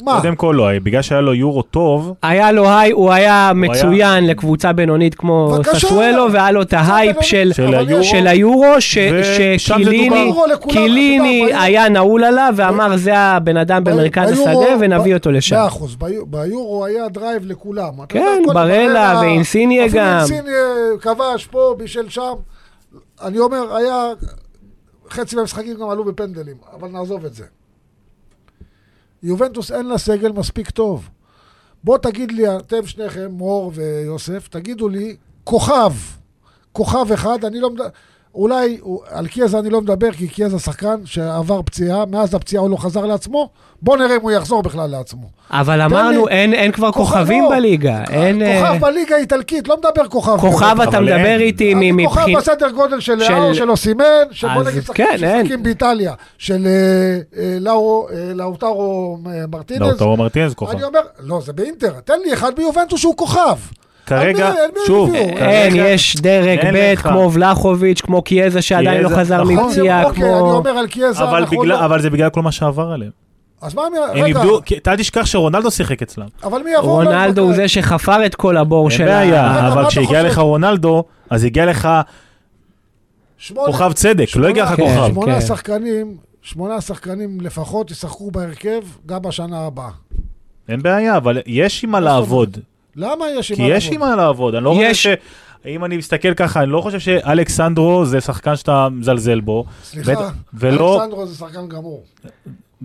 S4: מה?
S2: קודם כל לא, בגלל שהיה לו יורו טוב,
S3: היה לו היי, הוא היה מצוין לקבוצה בינונית כמו
S4: בבקשה.
S3: ססואלו, והיה לו את
S4: קבוצה
S3: ההייפ
S4: בינונית,
S3: של
S2: של היורו.
S3: של היורו, ש-
S2: ושם זה
S3: שקיליני
S2: דובר.
S4: לכולם,
S3: קיליני
S4: אתה יודע,
S3: היה נעול עליו ואמר זה הבן אדם במרכז
S4: ביורו-
S3: השדה ונביא
S4: ב-
S3: אותו לשם.
S4: מאה אחוז, ביו- ביורו היה דרייב לכולם. אתה
S3: כן,
S4: יודע, קודם
S3: ברלה
S4: ברלה,
S3: ואינסיניה גם.
S4: אפילו אינסיניה כבש פה, בישל שם. אני אומר, היה... חצי מהמשחקים גם עלו בפנדלים, אבל נעזוב את זה. יובנטוס אין לה סגל מספיק טוב. בוא תגיד לי, אתם שניכם, מור ויוסף, תגידו לי, כוכב, כוכב אחד, אני לא מדבר, אולי הוא- על קיאזה אני לא מדבר, כי קיאזה שחקן שעבר פציעה, מאז הפציעה הוא לא חזר לעצמו, בוא נראה אם הוא יחזור בכלל לעצמו.
S3: אבל
S4: לי-
S3: אמרנו, אין אין כבר
S4: כוכב-
S3: כוכבים
S4: לא.
S3: בליגה. אין, אה,
S4: כוכב בליגה האיטלקית, לא מדבר כוכב.
S3: כוכב
S2: אבל
S3: אתה
S2: אין.
S3: מדבר איתי
S4: אני כוכב
S3: מבחינת...
S4: בסדר גודל של
S3: של-
S4: לאו, של אוסימן, שבוא
S3: אז
S4: נגיד
S3: כן,
S4: שחקנים
S3: אין.
S4: ששחקים באיטליה, של אה, אה, לאו- אה, לאוטרו אה, מרטינז.
S2: לאוטרו מרטינז כוכב.
S4: אני אומר, לא, זה באינטר, תן לי אחד ביובנטוס שהוא כוכב.
S2: כרגע,
S4: על מי- על מי הם
S2: שוב,
S4: הביאו? אוקיי,
S2: כרגע-
S3: אין, יש דרק
S2: אין
S3: ב'
S2: לך.
S3: כמו ולחוביץ', כמו קיאזה שעדיין לא
S2: קיאזה,
S3: חזר
S2: נכון.
S4: אני-
S3: מפציעה,
S4: אוקיי, אני
S3: כמו...
S4: אומר על קיאזה,
S2: אבל
S4: אנחנו
S2: בגלל-
S4: לא-
S2: אבל זה בגלל כל מה שעבר עליהם.
S4: אז מה, מי-
S2: הם
S4: רגע,
S2: איבדו, כי- אל תשכח שרונלדו שיחק אצלם.
S4: אבל מי יבוא?
S3: רונלדו הוא זה שחפר את כל הבור
S2: אין
S3: של ה...
S4: רגע,
S2: בעיה,
S4: מה
S2: אבל
S4: אתה
S2: כשהגיע
S4: חושב?
S2: לך רונלדו, אז הגיע לך כוכב צדק, לא הגיע לך
S3: כן.
S2: כוכב.
S4: שמונה
S3: כן.
S4: שחקנים, שמונה שחקנים לפחות ישחקו בהרכב גם בשנה הבאה.
S2: אין בעיה, אבל יש עם מה
S4: מה זאת
S2: לעבוד.
S4: למה יש עם
S2: כי יש
S4: לעבוד?
S2: עם מה לעבוד, אני לא חושב
S3: יש.
S2: ש... אם אני מסתכל ככה, אני לא חושב שאלכסנדרו זה שחקן שאתה מזלזל בו.
S4: סליחה,
S2: בטח, ולא,
S4: אלכסנדרו זה שחקן גמור.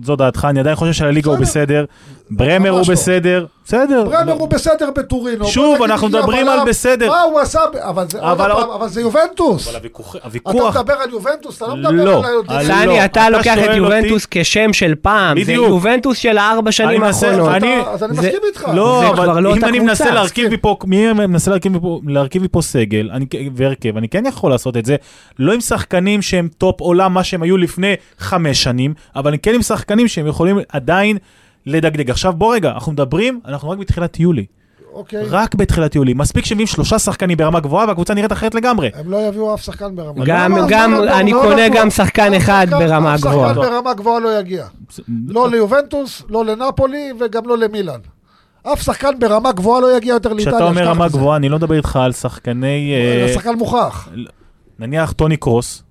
S2: זו דעתך, אני עדיין חושב שהליגה הוא
S4: בסדר.
S2: בסדר. ברמר הוא
S4: ממש לא.
S2: בסדר. בסדר.
S4: ברמר הוא בסדר בטורינו.
S2: לא, שוב,
S4: בוא נגיד,
S2: אנחנו
S4: הגיע
S2: מדברים על
S4: בלם,
S2: בסדר.
S4: מה הוא עשה? ב- אבל זה- עוד
S2: אבל-
S4: פעם, אבל זה יוונטוס.
S2: אבל הוויכוח...
S4: אתה
S2: הוויכוח-
S4: מדבר על יובנטוס, אתה לא
S2: לא.
S4: מדבר על היודעים.
S2: על- לא,
S3: סני,
S2: אתה
S3: אתה לוקח
S2: שואל
S3: את
S2: אותי-
S3: יובנטוס כשם של פעם. זה
S2: בדיוק.
S3: יובנטוס של הארבע שנים
S2: מנסה-
S3: האחרונות.
S2: אני-
S4: אז אני
S3: זה-
S4: מסכים איתך. אוקיי. כן.
S3: זה
S2: לא,
S3: כבר
S2: אבל
S3: לא
S2: אם
S3: אותה
S2: אני
S3: קבוצה,
S2: מנסה להרכיב
S4: מסכים.
S2: מפה, מי מנסה להרכיב מפה- להרכיב מפה סגל אני- והרכב, אני כן יכול לעשות את זה, לא עם שחקנים שהם טופ עולם, מה שהם היו לפני חמש שנים, אבל אני כן עם שחקנים שהם יכולים עדיין לדגדג. עכשיו בוא רגע, אנחנו מדברים, אנחנו רק בתחילת יולי,
S4: אוקיי.
S2: רק בתחילת יולי, מספיק שמביאים שלושה שחקנים ברמה גבוהה והקבוצה נראית אחרת לגמרי.
S4: הם לא יביאו אף שחקן ברמה
S3: גם-
S4: לא, לא,
S3: גם-
S4: לא, לא,
S3: אני
S4: לא
S3: קונה
S4: בטוח.
S3: גם שחקן
S4: אף
S3: אחד ברמה גבוהה.
S4: אף שחקן ברמה גבוהה לא יגיע. לא ליובנטוס, לא לנפולי וגם לא למילאן. אף שחקן ברמה גבוהה לא יגיע יותר לאיטליה.
S2: כשאתה אומר
S4: שכח
S2: רמה
S4: את זה.
S2: גבוהה, אני לא מדבר איתך על שחקני... אה,
S4: זה שחקן מוכח.
S2: נניח טוני קרוס,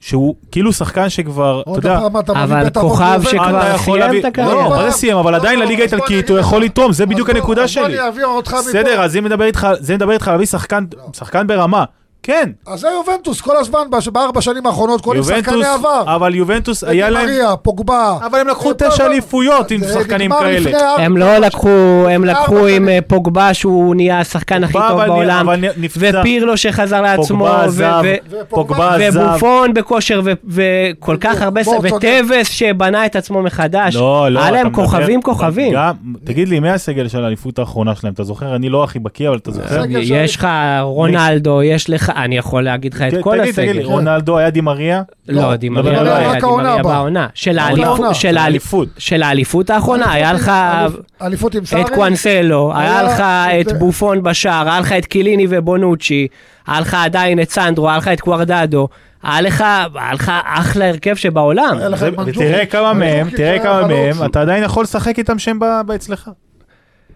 S2: שהוא כאילו שחקן שכבר, אתה
S4: עוד
S2: יודע,
S4: פעם אתה מביא
S3: אבל
S4: בית אבות
S3: כוכב
S4: ליובנטוס.
S3: שכבר
S2: אתה יכול
S3: סיים
S2: להביא-
S3: את
S2: לא,
S3: הקריירה.
S2: אבל זה סיים, אבל
S4: לא,
S2: עדיין
S4: לא,
S2: לליגה
S4: אז בוא
S2: האיטלקית
S4: נגיד
S2: הוא
S4: לך.
S2: יכול לתרום, זה
S4: אז
S2: בדיוק
S4: בוא-
S2: הנקודה
S4: אז
S2: שלי.
S4: בוא אני אעביר אותך מפה. לא.
S2: בסדר, אז אם מדבר איתך, זה מדבר איתך להביא שחקן, שחקן ברמה, כן.
S4: אז זה יובנטוס כל הזמן, בש- בארבע שנים האחרונות, קונים
S2: יובנטוס,
S4: שחקני עבר.
S2: אבל יובנטוס היה
S4: די
S2: להם,
S4: מריה, פוגבה.
S2: אבל הם לקחו
S4: זה כל
S2: תשע
S4: הזמן-
S2: אליפויות עם
S4: זה
S2: שחקנים
S4: נגמר
S2: כאלה.
S4: לפני ארבע-
S3: הם לא לקחו, הם לקחו עם
S4: שנים.
S3: אה, פוגבה שהוא נהיה השחקן הכי
S2: פוגבה,
S3: טוב
S2: אבל נהיה-
S3: בעולם,
S2: אבל נפצע.
S3: ופירלו שחזר לעצמו,
S2: פוגבה
S3: ו-
S2: עזב,
S3: ו-
S2: פוגבה עזב.
S3: ובופון בכושר ו- וכל
S4: בדיוק.
S3: כך הרבה, ש-
S4: בוא, צודק.
S3: וטווס שבנה את עצמו מחדש.
S2: לא, לא,
S3: היה
S2: אתה
S3: להם
S2: מדבר-
S3: כוכבים, כוכבים.
S2: גם- תגיד לי, מי הסגל של האליפות האחרונה שלהם? אתה זוכר? אני לא הכי בקיא, אבל אתה זוכר?
S4: הסגל שלי-
S3: יש לך רונלדו, יש לך, אני יכול להגיד לך את כל
S2: תגיד, תגיד לי,
S3: הסגל.
S2: רונלדו היה דימריה?
S3: לא,
S4: לא,
S3: דימריה
S2: אבל
S3: לא
S2: רק
S3: היה,
S4: העונה
S3: דימריה
S4: הבאה.
S3: בעונה. של
S2: העונה
S3: האליפות-
S4: הבאה.
S3: של האליפות-
S2: אליפות.
S3: של האליפות האחרונה, היה לך...
S4: אליפות- אליפות עם סארי.
S3: את קואנסלו, היה
S4: היה
S3: לך
S4: את-
S3: את בופון בשער, היה לך את קיליני ובונוצ'י, היה לך עדיין את סנדרו, היה לך את קוורדדו, היה לך היה לך אחלה הרכב שבעולם.
S4: היה לך
S2: זה-
S4: את מנג'וקיץ'.
S2: ותראה כמה מהם,
S4: מנג'וקיץ'
S2: תראה
S4: היה
S2: כמה
S4: חלוץ.
S3: אה.
S2: מהם, אתה עדיין יכול לשחק איתם שהם ב- באצלך.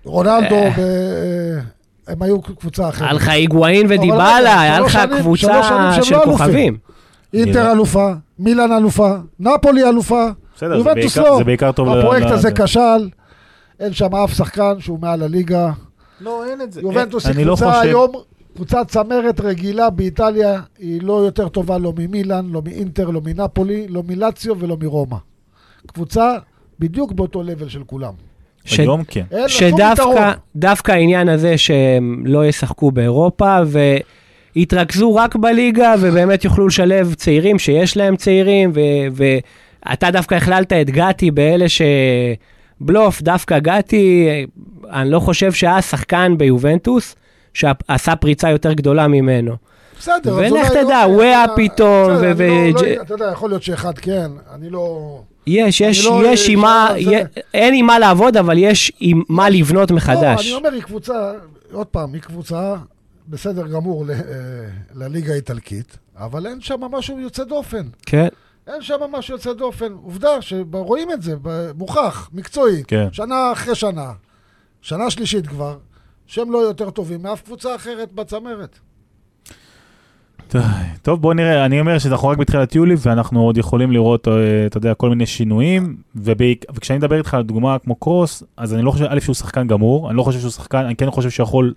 S4: רונלדו ב- הם היו קבוצה אחרת.
S3: היה לך היגואין
S4: אבל
S3: ודיבאלה,
S4: רגע,
S3: היה
S4: שלוש
S3: לך
S4: שנים-
S3: קבוצה
S4: שלוש שנים שהם
S3: של
S4: לא אלופים.
S3: כוכבים.
S2: נראה.
S4: אינטר אלופה, מילאן אלופה, נפולי אלופה,
S2: בסדר, זה
S4: יובנטוס
S2: בעיקר-
S4: לא.
S2: זה בעיקר טוב ל-
S4: הפרויקט
S2: ל-
S4: הזה
S2: ל-
S4: כשל, אין שם אף שחקן שהוא מעל הליגה.
S2: לא, אין את זה.
S4: יובנטוס
S2: אני
S4: היא
S2: לא
S4: קבוצה
S2: חושב-
S4: היום, קבוצת צמרת רגילה באיטליה, היא לא יותר טובה לא ממילאן, לא מאינטר, לא מנפולי, לא מלציו ולא מרומא. קבוצה בדיוק באותו לבל של כולם.
S3: ש-
S2: היום כן.
S4: אין לה שום יתרון.
S3: שדווקא דווקא העניין הזה שהם לא ישחקו באירופה ויתרכזו רק בליגה ובאמת יוכלו לשלב צעירים שיש להם צעירים ו- ואתה דווקא הכללת את גתי באלה שבלוף, דווקא גתי, אני לא חושב שהיה שחקן ביובנטוס שעשה פריצה יותר גדולה ממנו.
S4: בסדר, אז
S3: ולך
S4: אולי- אוקיי,
S3: תדע,
S4: אולי-
S3: וואה
S4: אולי-
S3: פתאום,
S4: בסדר,
S3: ו-
S4: אני לא-
S3: ו-
S4: לא- אתה יודע, יכול להיות שאחד כן, אני לא...
S3: יש, יש,
S4: לא-
S3: יש עם מה,
S4: זה-
S3: יה- אין עם מה לעבוד, אבל יש עם מה לבנות מחדש.
S4: לא, אני אומר, היא קבוצה, עוד פעם, היא קבוצה בסדר גמור ל- אה, לליגה האיטלקית, אבל אין שם משהו יוצא דופן.
S3: כן.
S4: אין שם משהו יוצא דופן. עובדה שרואים את זה, ב- מוכח, מקצועית.
S2: כן.
S4: שנה אחרי שנה, שנה שלישית כבר, שהם לא יותר טובים מאף קבוצה אחרת בצמרת.
S2: טוב, בוא נראה. אני אומר שאנחנו רק בתחילת יולי, ואנחנו עוד יכולים לראות, אה, אתה יודע, כל מיני שינויים. ובעיק- וכשאני מדבר איתך על דוגמה כמו קרוס, אז אני לא חושב, א', שהוא שחקן גמור, אני לא חושב שהוא שחקן, אני כן חושב שהוא יכול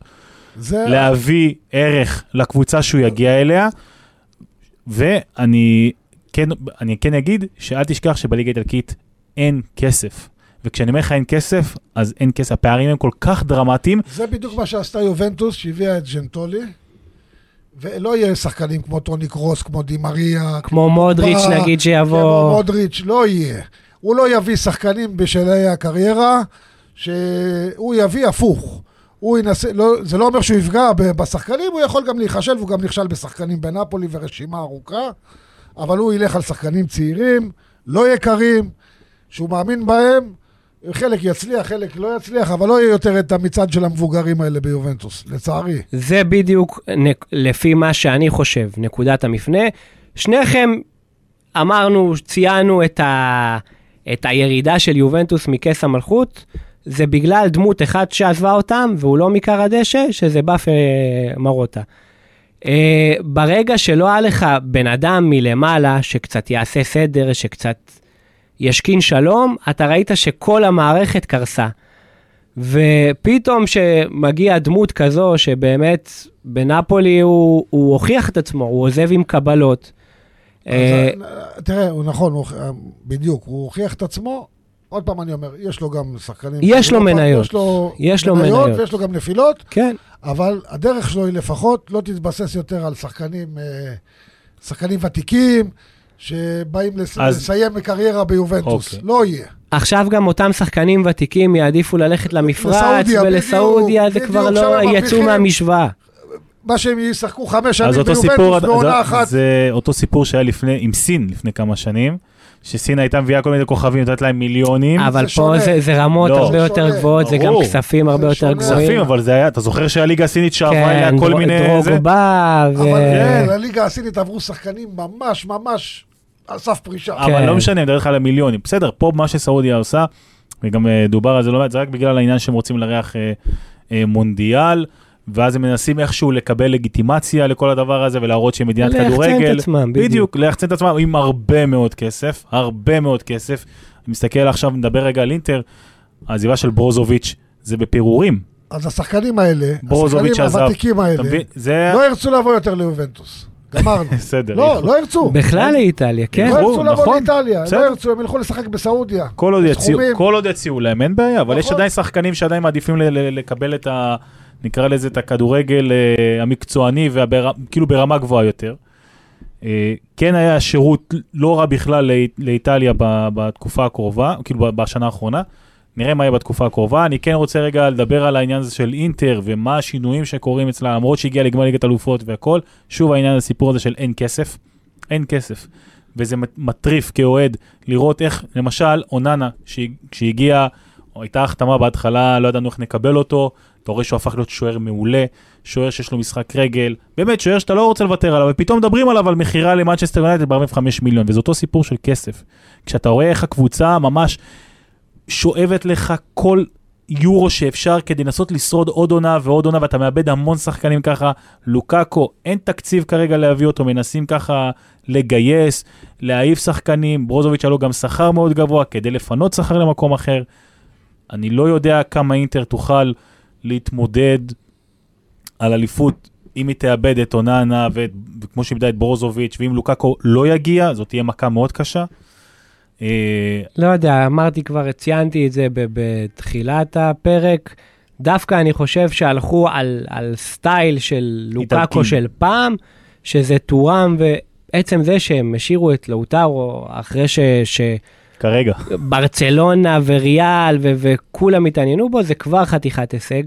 S4: זה...
S2: להביא ערך לקבוצה שהוא יגיע אליה. ואני כן, אני כן אגיד שאל תשכח שבליגה האיטלקית אין כסף. וכשאני אומר לך אין כסף, אז אין כסף. הפערים הם כל כך דרמטיים.
S4: זה בדיוק מה שעשתה יובנטוס, שהביאה את ג'נטולי, ולא יהיה שחקנים כמו טוני קרוס, כמו דימריה,
S3: כמו מודריץ'
S4: ברק,
S3: נגיד
S4: אה, כן, כמו
S3: שיבוא,
S4: מודריץ', לא יהיה. הוא לא יביא שחקנים בשלהי הקריירה, שהוא יביא הפוך. הוא ינסה, לא, זה לא אומר שהוא יפגע ב- בשחקנים, הוא יכול גם להיכשל, והוא גם נכשל בשחקנים בנפולי ורשימה ארוכה, אבל הוא ילך על שחקנים צעירים, לא יקרים, שהוא מאמין בהם, חלק יצליח, חלק לא יצליח, אבל לא יהיה יותר את המצעד של המבוגרים האלה ביובנטוס, לצערי.
S3: זה בדיוק נק- לפי מה שאני חושב, נקודת המפנה. שניכם אמרנו, ציינו את, ה... את הירידה של יובנטוס מכס המלכות, זה בגלל דמות אחת שעזבה אותם, והוא לא מכר הדשא, שזה באף אה, מרוטה. אה, ברגע שלא היה לך בן אדם מלמעלה שקצת יעשה סדר, שקצת ישכין שלום, אתה ראית שכל המערכת קרסה. ופתאום שמגיע דמות כזו שבאמת בנפולי הוא, הוא הוכיח את עצמו, הוא עוזב עם קבלות. אה,
S4: אז, תראה, הוא נכון, הוא, בדיוק, הוא הוכיח את עצמו. עוד פעם אני אומר, יש לו גם שחקנים.
S3: יש לו
S4: באירופה,
S3: מניות.
S4: יש לו
S3: יש לו מניות.
S4: ויש לו גם נפילות,
S3: כן.
S4: אבל הדרך שלו היא לפחות לא תתבסס יותר על שחקנים, אה, שחקנים ותיקים, שבאים לס...
S2: אז-
S4: לסיים קריירה ביובנטוס.
S2: אוקיי.
S4: לא יהיה.
S3: עכשיו גם אותם שחקנים ותיקים יעדיפו ללכת למפרץ,
S4: לסעודיה,
S3: ולסעודיה זה
S4: בדיוק,
S3: כבר
S4: בדיוק,
S3: לא
S4: שם הם
S3: יצאו
S4: מרוויחים.
S3: מהמשוואה.
S4: מה שהם ישחקו חמש
S2: אז
S4: שנים
S2: אותו סיפור,
S4: ביובנטוס בעונה
S2: זה,
S4: אחת.
S2: זה אותו סיפור שהיה לפני, עם סין לפני כמה שנים, שסין הייתה מביאה כל מיני כוכבים, נותנת להם מיליונים.
S3: אבל
S4: זה
S3: פה
S4: שונה.
S3: זה- זה רמות
S2: לא.
S3: הרבה
S4: זה
S3: יותר
S4: שונה.
S3: גבוהות, זה גם
S2: ברור.
S3: כספים
S4: זה
S3: הרבה יותר
S4: שונה.
S2: כספים,
S3: גבוהים.
S2: אבל זה היה, אתה זוכר שהליגה הסינית שעברה אליה
S3: כן,
S2: כל
S3: דרו-
S2: מיני... זה?
S3: דרוגבה, ו...
S4: אבל כן, לליגה הסינית עברו שחקנים ממש ממש על סף פרישה.
S2: אבל
S3: כן.
S2: לא משנה, אני מדבר איתך על המיליונים. בסדר, פה מה שסעודיה עושה, וגם אה, דובר על זה לא מעט, זה רק בגלל העניין שהם רוצים לארח אה, אה, מונדיאל, ואז הם מנסים איכשהו לקבל לגיטימציה לכל הדבר הזה ולהראות שהם מדינת
S3: לחצן את
S2: כדורגל.
S3: עצמם, בדיוק.
S2: בדיוק, ליחצן את עצמם עם הרבה מאוד כסף, הרבה מאוד כסף. אני מסתכל עכשיו, נדבר רגע על אינטר, העזיבה של ברוזוביץ' זה בפירורים.
S4: אז השחקנים האלה,
S2: ברוזוביץ'
S4: השחקנים
S2: עזב.
S4: הוותיקים
S2: אתה
S4: האלה,
S2: מבין? זה...
S4: לא ירצו לבוא יותר ליובנטוס. גמרנו.
S2: אה, בסדר.
S4: לא, לא ירצו.
S3: בכלל לאיטליה, כן?
S4: לא ירצו לבוא
S2: נכון.
S4: לאיטליה, הם לא
S2: בסדר.
S4: ירצו, הם ילכו לשחק בסעודיה.
S2: כל עוד, יציעו,
S4: סכומים.
S2: כל עוד יציעו להם, אין בעיה, אבל יש
S4: נכון.
S2: עדיין שחקנים שעדיין מעדיפים ל- ל- לקבל את ה... נקרא לזה את הכדורגל אה, המקצועני, והבר... כאילו ברמה גבוהה יותר. אה, כן היה שירות לא רע בכלל לא- לאיטליה ב... בתקופה הקרובה, כאילו ב- בשנה האחרונה. נראה מה יהיה בתקופה הקרובה. אני כן רוצה רגע לדבר על העניין הזה של אינטר ומה השינויים שקורים אצלה, למרות שהגיעה לגמר ליגת אלופות והכל. שוב העניין הסיפור הזה של אין כסף. אין כסף. וזה מט- מטריף כאוהד לראות איך, למשל, אוננה, שהיא- כשהגיע, או הייתה החתמה בהתחלה, לא ידענו איך נקבל אותו, אתה רואה שהוא הפך להיות שוער מעולה, שוער שיש לו משחק רגל, באמת שוער שאתה לא רוצה לוותר עליו, ופתאום מדברים עליו על מכירה למנצ'סטר יונייטד ב-45 מיליון, וזה אותו סיפור של כסף. כשאתה רואה איך הקבוצה ממש שואבת לך כל יורו שאפשר כדי לנסות לשרוד עוד עונה ועוד עונה, ואתה מאבד המון שחקנים ככה. לוקאקו, אין תקציב כרגע להביא אותו, מנסים ככה לגייס, להעיף שחקנים. ברוזוביץ' היה לו גם שכר מאוד גבוה כדי לפנות שכר למקום אחר. אני לא יודע כמה אינטר תוכל להתמודד על אליפות אם היא תאבד את אוננה ואת- וכמו שאיבדה את ברוזוביץ', ואם לוקאקו לא יגיע, זאת תהיה מכה מאוד קשה. אה,
S3: לא יודע, אמרתי כבר, ציינתי את זה ב- בתחילת הפרק. דווקא אני חושב שהלכו על, על סטייל של
S2: איטלקים.
S3: לוקאקו של פעם, שזה טורם, ועצם זה שהם השאירו את לאוטרו אחרי ש,
S2: כרגע.
S3: שברצלונה וריאל ו, וכולם התעניינו בו, זה כבר חתיכת הישג.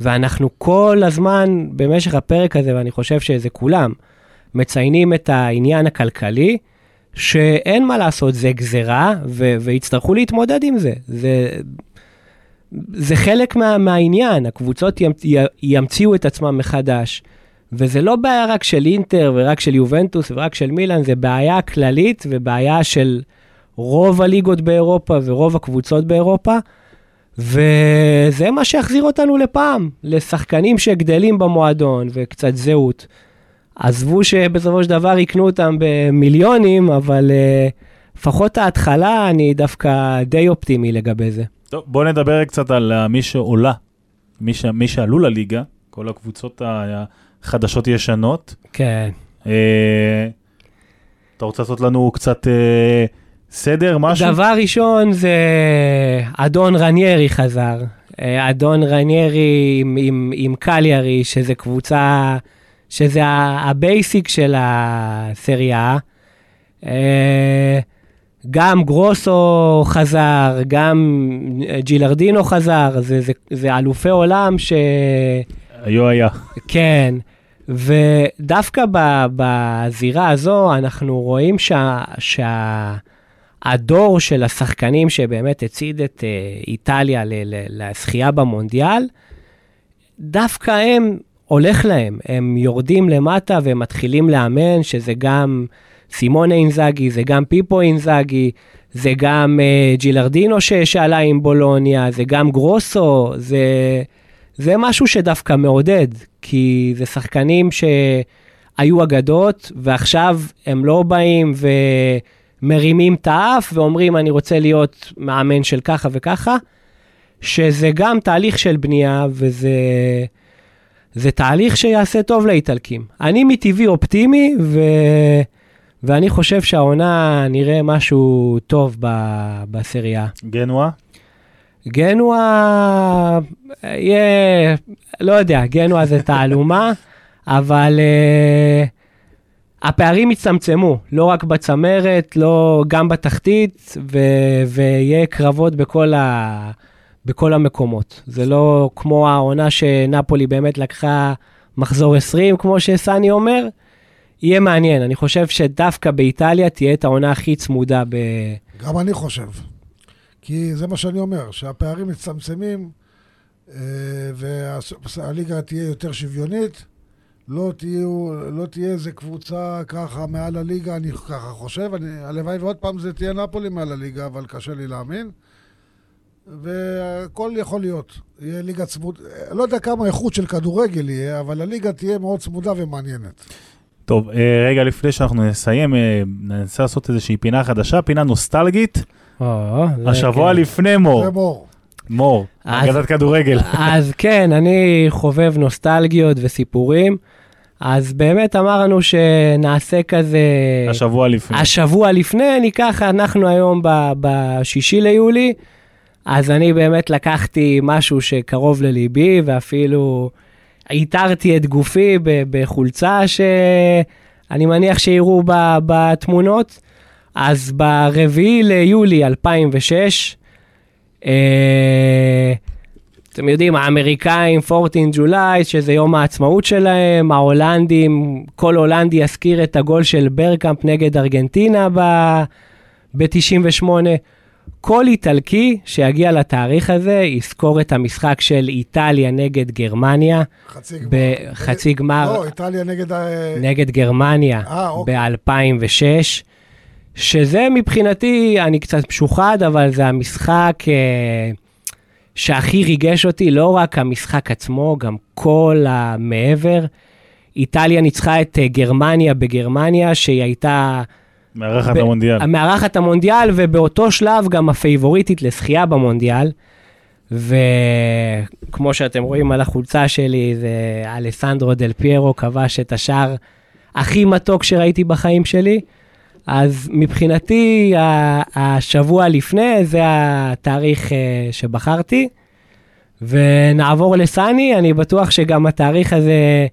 S3: ואנחנו כל הזמן, במשך הפרק הזה, ואני חושב שזה כולם, מציינים את העניין הכלכלי, שאין מה לעשות, זה גזרה, ו- ויצטרכו להתמודד עם זה. זה, זה חלק מה- מהעניין, הקבוצות ימצ- י- ימציאו את עצמם מחדש, וזה לא בעיה רק של אינטר ורק של יובנטוס ורק של מילאן, זה בעיה כללית ובעיה של רוב הליגות באירופה ורוב הקבוצות באירופה. וזה מה שיחזיר אותנו לפעם, לשחקנים שגדלים במועדון וקצת זהות. עזבו שבסופו של דבר יקנו אותם במיליונים, אבל אה, לפחות ההתחלה, אני דווקא די אופטימי לגבי זה.
S2: טוב, בוא נדבר קצת על אה, מי שעולה, מי, ש... מי שעלו לליגה, כל הקבוצות החדשות-ישנות.
S3: כן.
S2: אה... אתה רוצה לעשות לנו קצת אה... סדר, משהו?
S3: דבר ראשון זה אדון רניירי חזר. אה, אדון רניירי עם, עם, עם קליארי, שזה קבוצה, שזה ה- הבייסיק של הסריה. אה, גם גרוסו חזר, גם אה, ג'ילרדינו חזר, זה, זה, זה אלופי עולם ש...
S2: היו היה.
S3: כן, ודווקא ב, בזירה הזו אנחנו רואים שה, שהדור של השחקנים שבאמת הצעיד את אה, איטליה ל, ל, לזכייה במונדיאל, דווקא הם, הולך להם, הם יורדים למטה והם מתחילים לאמן, שזה גם סימונה אינזאגי, זה גם פיפו אינזאגי, זה גם uh, ג'ילרדינו ש- שעלה עם בולוניה, זה גם גרוסו, זה, זה משהו שדווקא מעודד, כי זה שחקנים שהיו אגדות, ועכשיו הם לא באים ומרימים את האף ואומרים, אני רוצה להיות מאמן של ככה וככה. שזה גם תהליך של בנייה, וזה זה תהליך שיעשה טוב לאיטלקים. אני מטבעי אופטימי, ו, ואני חושב שהעונה נראה משהו טוב ב, בסריה.
S2: גנואה?
S3: גנואה, יהיה, לא יודע, גנואה זה תעלומה, אבל uh, הפערים יצטמצמו, לא רק בצמרת, לא גם בתחתית, ו- ויהיה קרבות בכל, ה- בכל המקומות. זה לא כמו העונה שנפולי באמת לקחה מחזור 20, כמו שסני אומר. יהיה מעניין, אני חושב שדווקא באיטליה תהיה את העונה הכי צמודה ב...
S4: גם אני חושב. כי זה מה שאני אומר, שהפערים מצטמצמים אה, והליגה תהיה יותר שוויונית. לא, תהיו, לא תהיה איזה קבוצה ככה מעל הליגה, אני ככה חושב. אני, הלוואי ועוד פעם זה תהיה נפולי מעל הליגה, אבל קשה לי להאמין. והכל יכול להיות. יהיה ליגה צמודה, לא יודע כמה איכות של כדורגל יהיה, אבל הליגה תהיה מאוד צמודה ומעניינת.
S2: טוב, אה, רגע לפני שאנחנו נסיים, אה, ננסה לעשות איזושהי פינה חדשה, פינה נוסטלגית.
S3: או, זה
S2: השבוע
S3: כן.
S2: לפני מור,
S4: זה מור.
S2: מור,
S3: אז-
S2: אגדת כדורגל.
S3: אז כן, אני חובב נוסטלגיות וסיפורים. אז באמת אמרנו שנעשה כזה...
S2: השבוע
S3: אה,
S2: לפני.
S3: השבוע לפני, ניקח, אנחנו היום ב- בשישי ליולי, אז אני באמת לקחתי משהו שקרוב לליבי, ואפילו עיטרתי את גופי ב- בחולצה שאני מניח שיראו ב- בתמונות. אז ברביעי ליולי 2006, אה, אתם יודעים, האמריקאים, 14 ג'ולי, שזה יום העצמאות שלהם, ההולנדים, כל הולנדי יזכיר את הגול של ברקאמפ נגד ארגנטינה ב-98. כל איטלקי שיגיע לתאריך הזה יזכור את המשחק של איטליה נגד גרמניה
S4: חצי גמר.
S3: בחצי גמר
S4: לא, איטליה נגד אה, ה...
S3: נגד גרמניה
S4: אה, אוקיי.
S3: ב-2006, שזה מבחינתי, אני קצת משוחד, אבל זה המשחק אה, שהכי ריגש אותי, לא רק המשחק עצמו, גם כל המעבר. איטליה ניצחה את אה, גרמניה בגרמניה, שהיא הייתה
S2: מארחת
S3: ב-
S2: המונדיאל.
S3: המארחת המונדיאל, ובאותו שלב גם הפייבוריטית לזכייה במונדיאל. וכמו שאתם רואים על החולצה שלי, זה אלסנדרו דל פיירו כבש את השער הכי מתוק שראיתי בחיים שלי. אז מבחינתי, ה- השבוע לפני זה התאריך אה, שבחרתי. ונעבור לסני, אני בטוח שגם התאריך הזה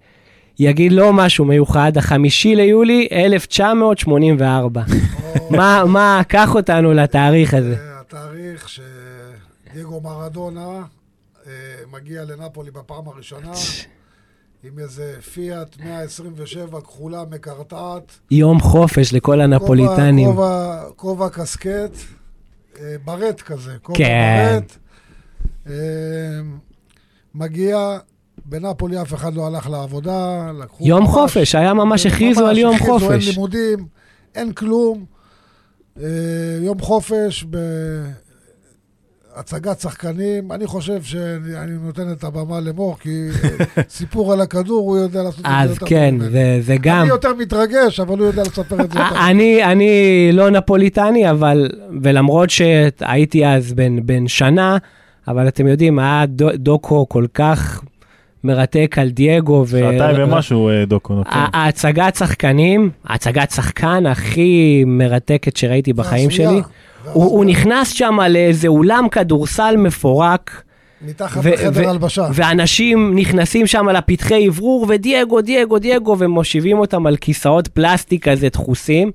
S3: יגיד לו משהו מיוחד, החמישי ליולי 1984. מה, מה, קח אותנו לתאריך הזה.
S4: זה התאריך שדייגו מרדונה אה, מגיע לנפולי בפעם הראשונה עם איזה פיאט 127 כחולה מקרטעת.
S3: יום חופש לכל הנפוליטנים.
S4: כובע- כובע קסקט, אה, ברט כזה, כובע
S3: כן.
S4: ברט. אה, מגיע, בנפולי אף אחד לא הלך לעבודה, לקחו...
S3: יום
S4: ממש-
S3: חופש, היה ממש הכריזו על יום
S4: הכריזו, אין
S3: חופש.
S4: לימודים, אין כלום. אה, יום חופש בהצגת שחקנים. אני חושב שאני נותן את הבמה למור, כי אה, סיפור על הכדור, הוא יודע לעשות את זה
S3: אז
S4: יותר
S3: כן, אה,
S4: ממני.
S3: זה- זה גם.
S4: אני יותר מתרגש, אבל הוא יודע לספר את זה יותר.
S3: אני, אני לא נפוליטני, אבל, ולמרות שהייתי אז בן, בן שנה, אבל אתם יודעים, היה דו- דוקו כל כך מרתק על דייגו. ו-
S2: שעתיים ומשהו אה, דוקו נותן.
S3: ה- ההצגת שחקנים, הצגת שחקן הכי מרתקת שראיתי בחיים
S4: השנייה.
S3: שלי. הוא, הוא נכנס שם לאיזה אולם כדורסל מפורק,
S4: מתחת
S3: ו-
S4: לחדר
S3: ו-
S4: הלבשה.
S3: ואנשים נכנסים שם לפתחי אוורור, ודייגו, דייגו, דייגו, ומושיבים אותם על כיסאות פלסטיק כזה דחוסים.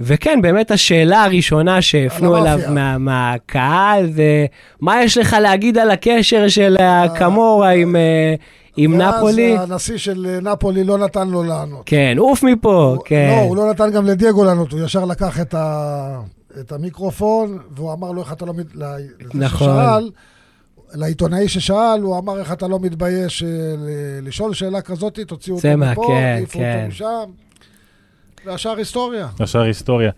S3: וכן, באמת השאלה הראשונה שהפנו
S4: על
S3: אליו
S4: המאפיה.
S3: מה, מהקהל זה, מה יש לך להגיד על הקשר של הקמורה עם, אה, עם נפולי?
S4: ואז הנשיא של אה, נפולי לא נתן לו לענות.
S3: כן, עוף מפה,
S4: הוא-
S3: כן.
S4: לא, הוא לא נתן גם לדייגו לענות, הוא ישר לקח את ה- את המיקרופון, והוא אמר לו איך אתה לא... מת- ל- לזה
S3: נכון.
S4: ששאל, לעיתונאי ששאל, הוא אמר איך אתה לא מתבייש אה, ל- לשאול שאלה כזאת, תוציאו
S3: צא
S4: אותו
S3: מה-
S4: מפה,
S3: כן,
S4: תעיפו
S3: כן.
S4: אותו משם. והשאר היסטוריה.
S2: ישר היסטוריה.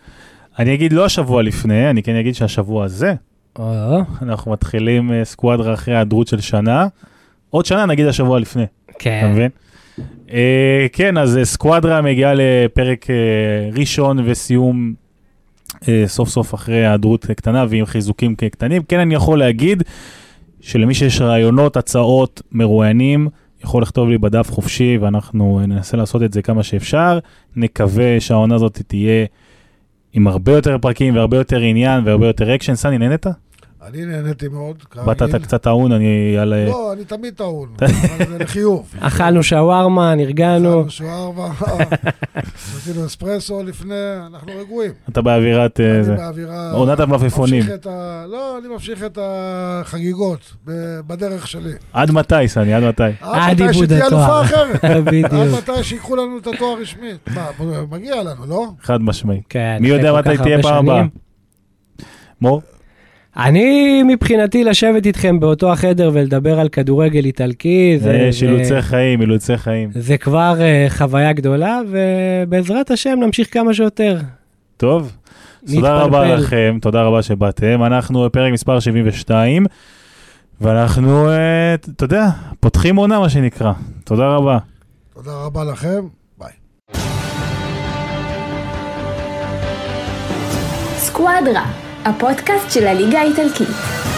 S2: אני אגיד לא השבוע לפני, אני כן אגיד שהשבוע הזה,
S3: או,
S2: אנחנו מתחילים אה, סקואדרה אחרי היעדרות של שנה. עוד שנה נגיד השבוע לפני, אתה
S3: כן.
S2: מבין? אה, כן, אז אה, סקואדרה מגיעה לפרק אה, ראשון וסיום אה, סוף סוף אחרי היעדרות אה, קטנה ועם חיזוקים כ- קטנים. כן, אני יכול להגיד שלמי שיש רעיונות, הצעות, מרואיינים, יכול לכתוב לי בדף חופשי, ואנחנו אה, ננסה לעשות את זה כמה שאפשר. נקווה שהעונה הזאת תהיה עם הרבה יותר פרקים והרבה יותר עניין והרבה יותר אקשן. סני, נהנית?
S4: אה, אני נהניתי מאוד,
S2: באת אתה
S4: כרגיל.
S2: קצת טעון, אני על... אה,
S4: לא, אני תמיד טעון, אבל זה לחיוב.
S3: אכלנו שווארמה, נרגענו.
S4: אכלנו שווארמה, עשינו אספרסו לפני, אנחנו רגועים.
S2: אתה באווירת...
S3: כן,
S2: אה, זה.
S4: אני באווירה...
S2: עונת המלפפונים.
S4: ממשיך את ה- לא, אני ממשיך את החגיגות ב- בדרך שלי.
S2: עד מתי, סני? עד מתי?
S3: עד
S4: מתי
S3: עיבוד
S4: שתהיה אלופה
S3: אה, התואר.
S4: אחרת. עד
S3: בדיוק.
S4: מתי שיקחו לנו את התואר רשמית. מה, מגיע לנו, לא?
S2: חד משמעי.
S3: כן,
S2: מי יודע
S3: אחרי כל
S2: מתי
S3: כך
S2: תהיה
S3: הרבה
S2: פעם הבאה?
S3: שנים.
S2: מור?
S3: אני מבחינתי לשבת איתכם באותו החדר ולדבר על כדורגל איטלקי, זה-
S2: זה
S3: זה-
S2: אילוצי אה, חיים, אילוצי חיים.
S3: זה כבר אה, חוויה גדולה, ובעזרת השם נמשיך כמה שיותר.
S2: טוב, אז תודה
S3: נתפלפל.
S2: רבה לכם, תודה רבה שבאתם. אנחנו בפרק מספר 72, ואנחנו, אה, ת- אתה יודע, פותחים עונה, מה שנקרא. תודה רבה.
S4: תודה רבה לכם, ביי.
S1: סקואדרה, הפודקאסט של הליגה האיטלקית.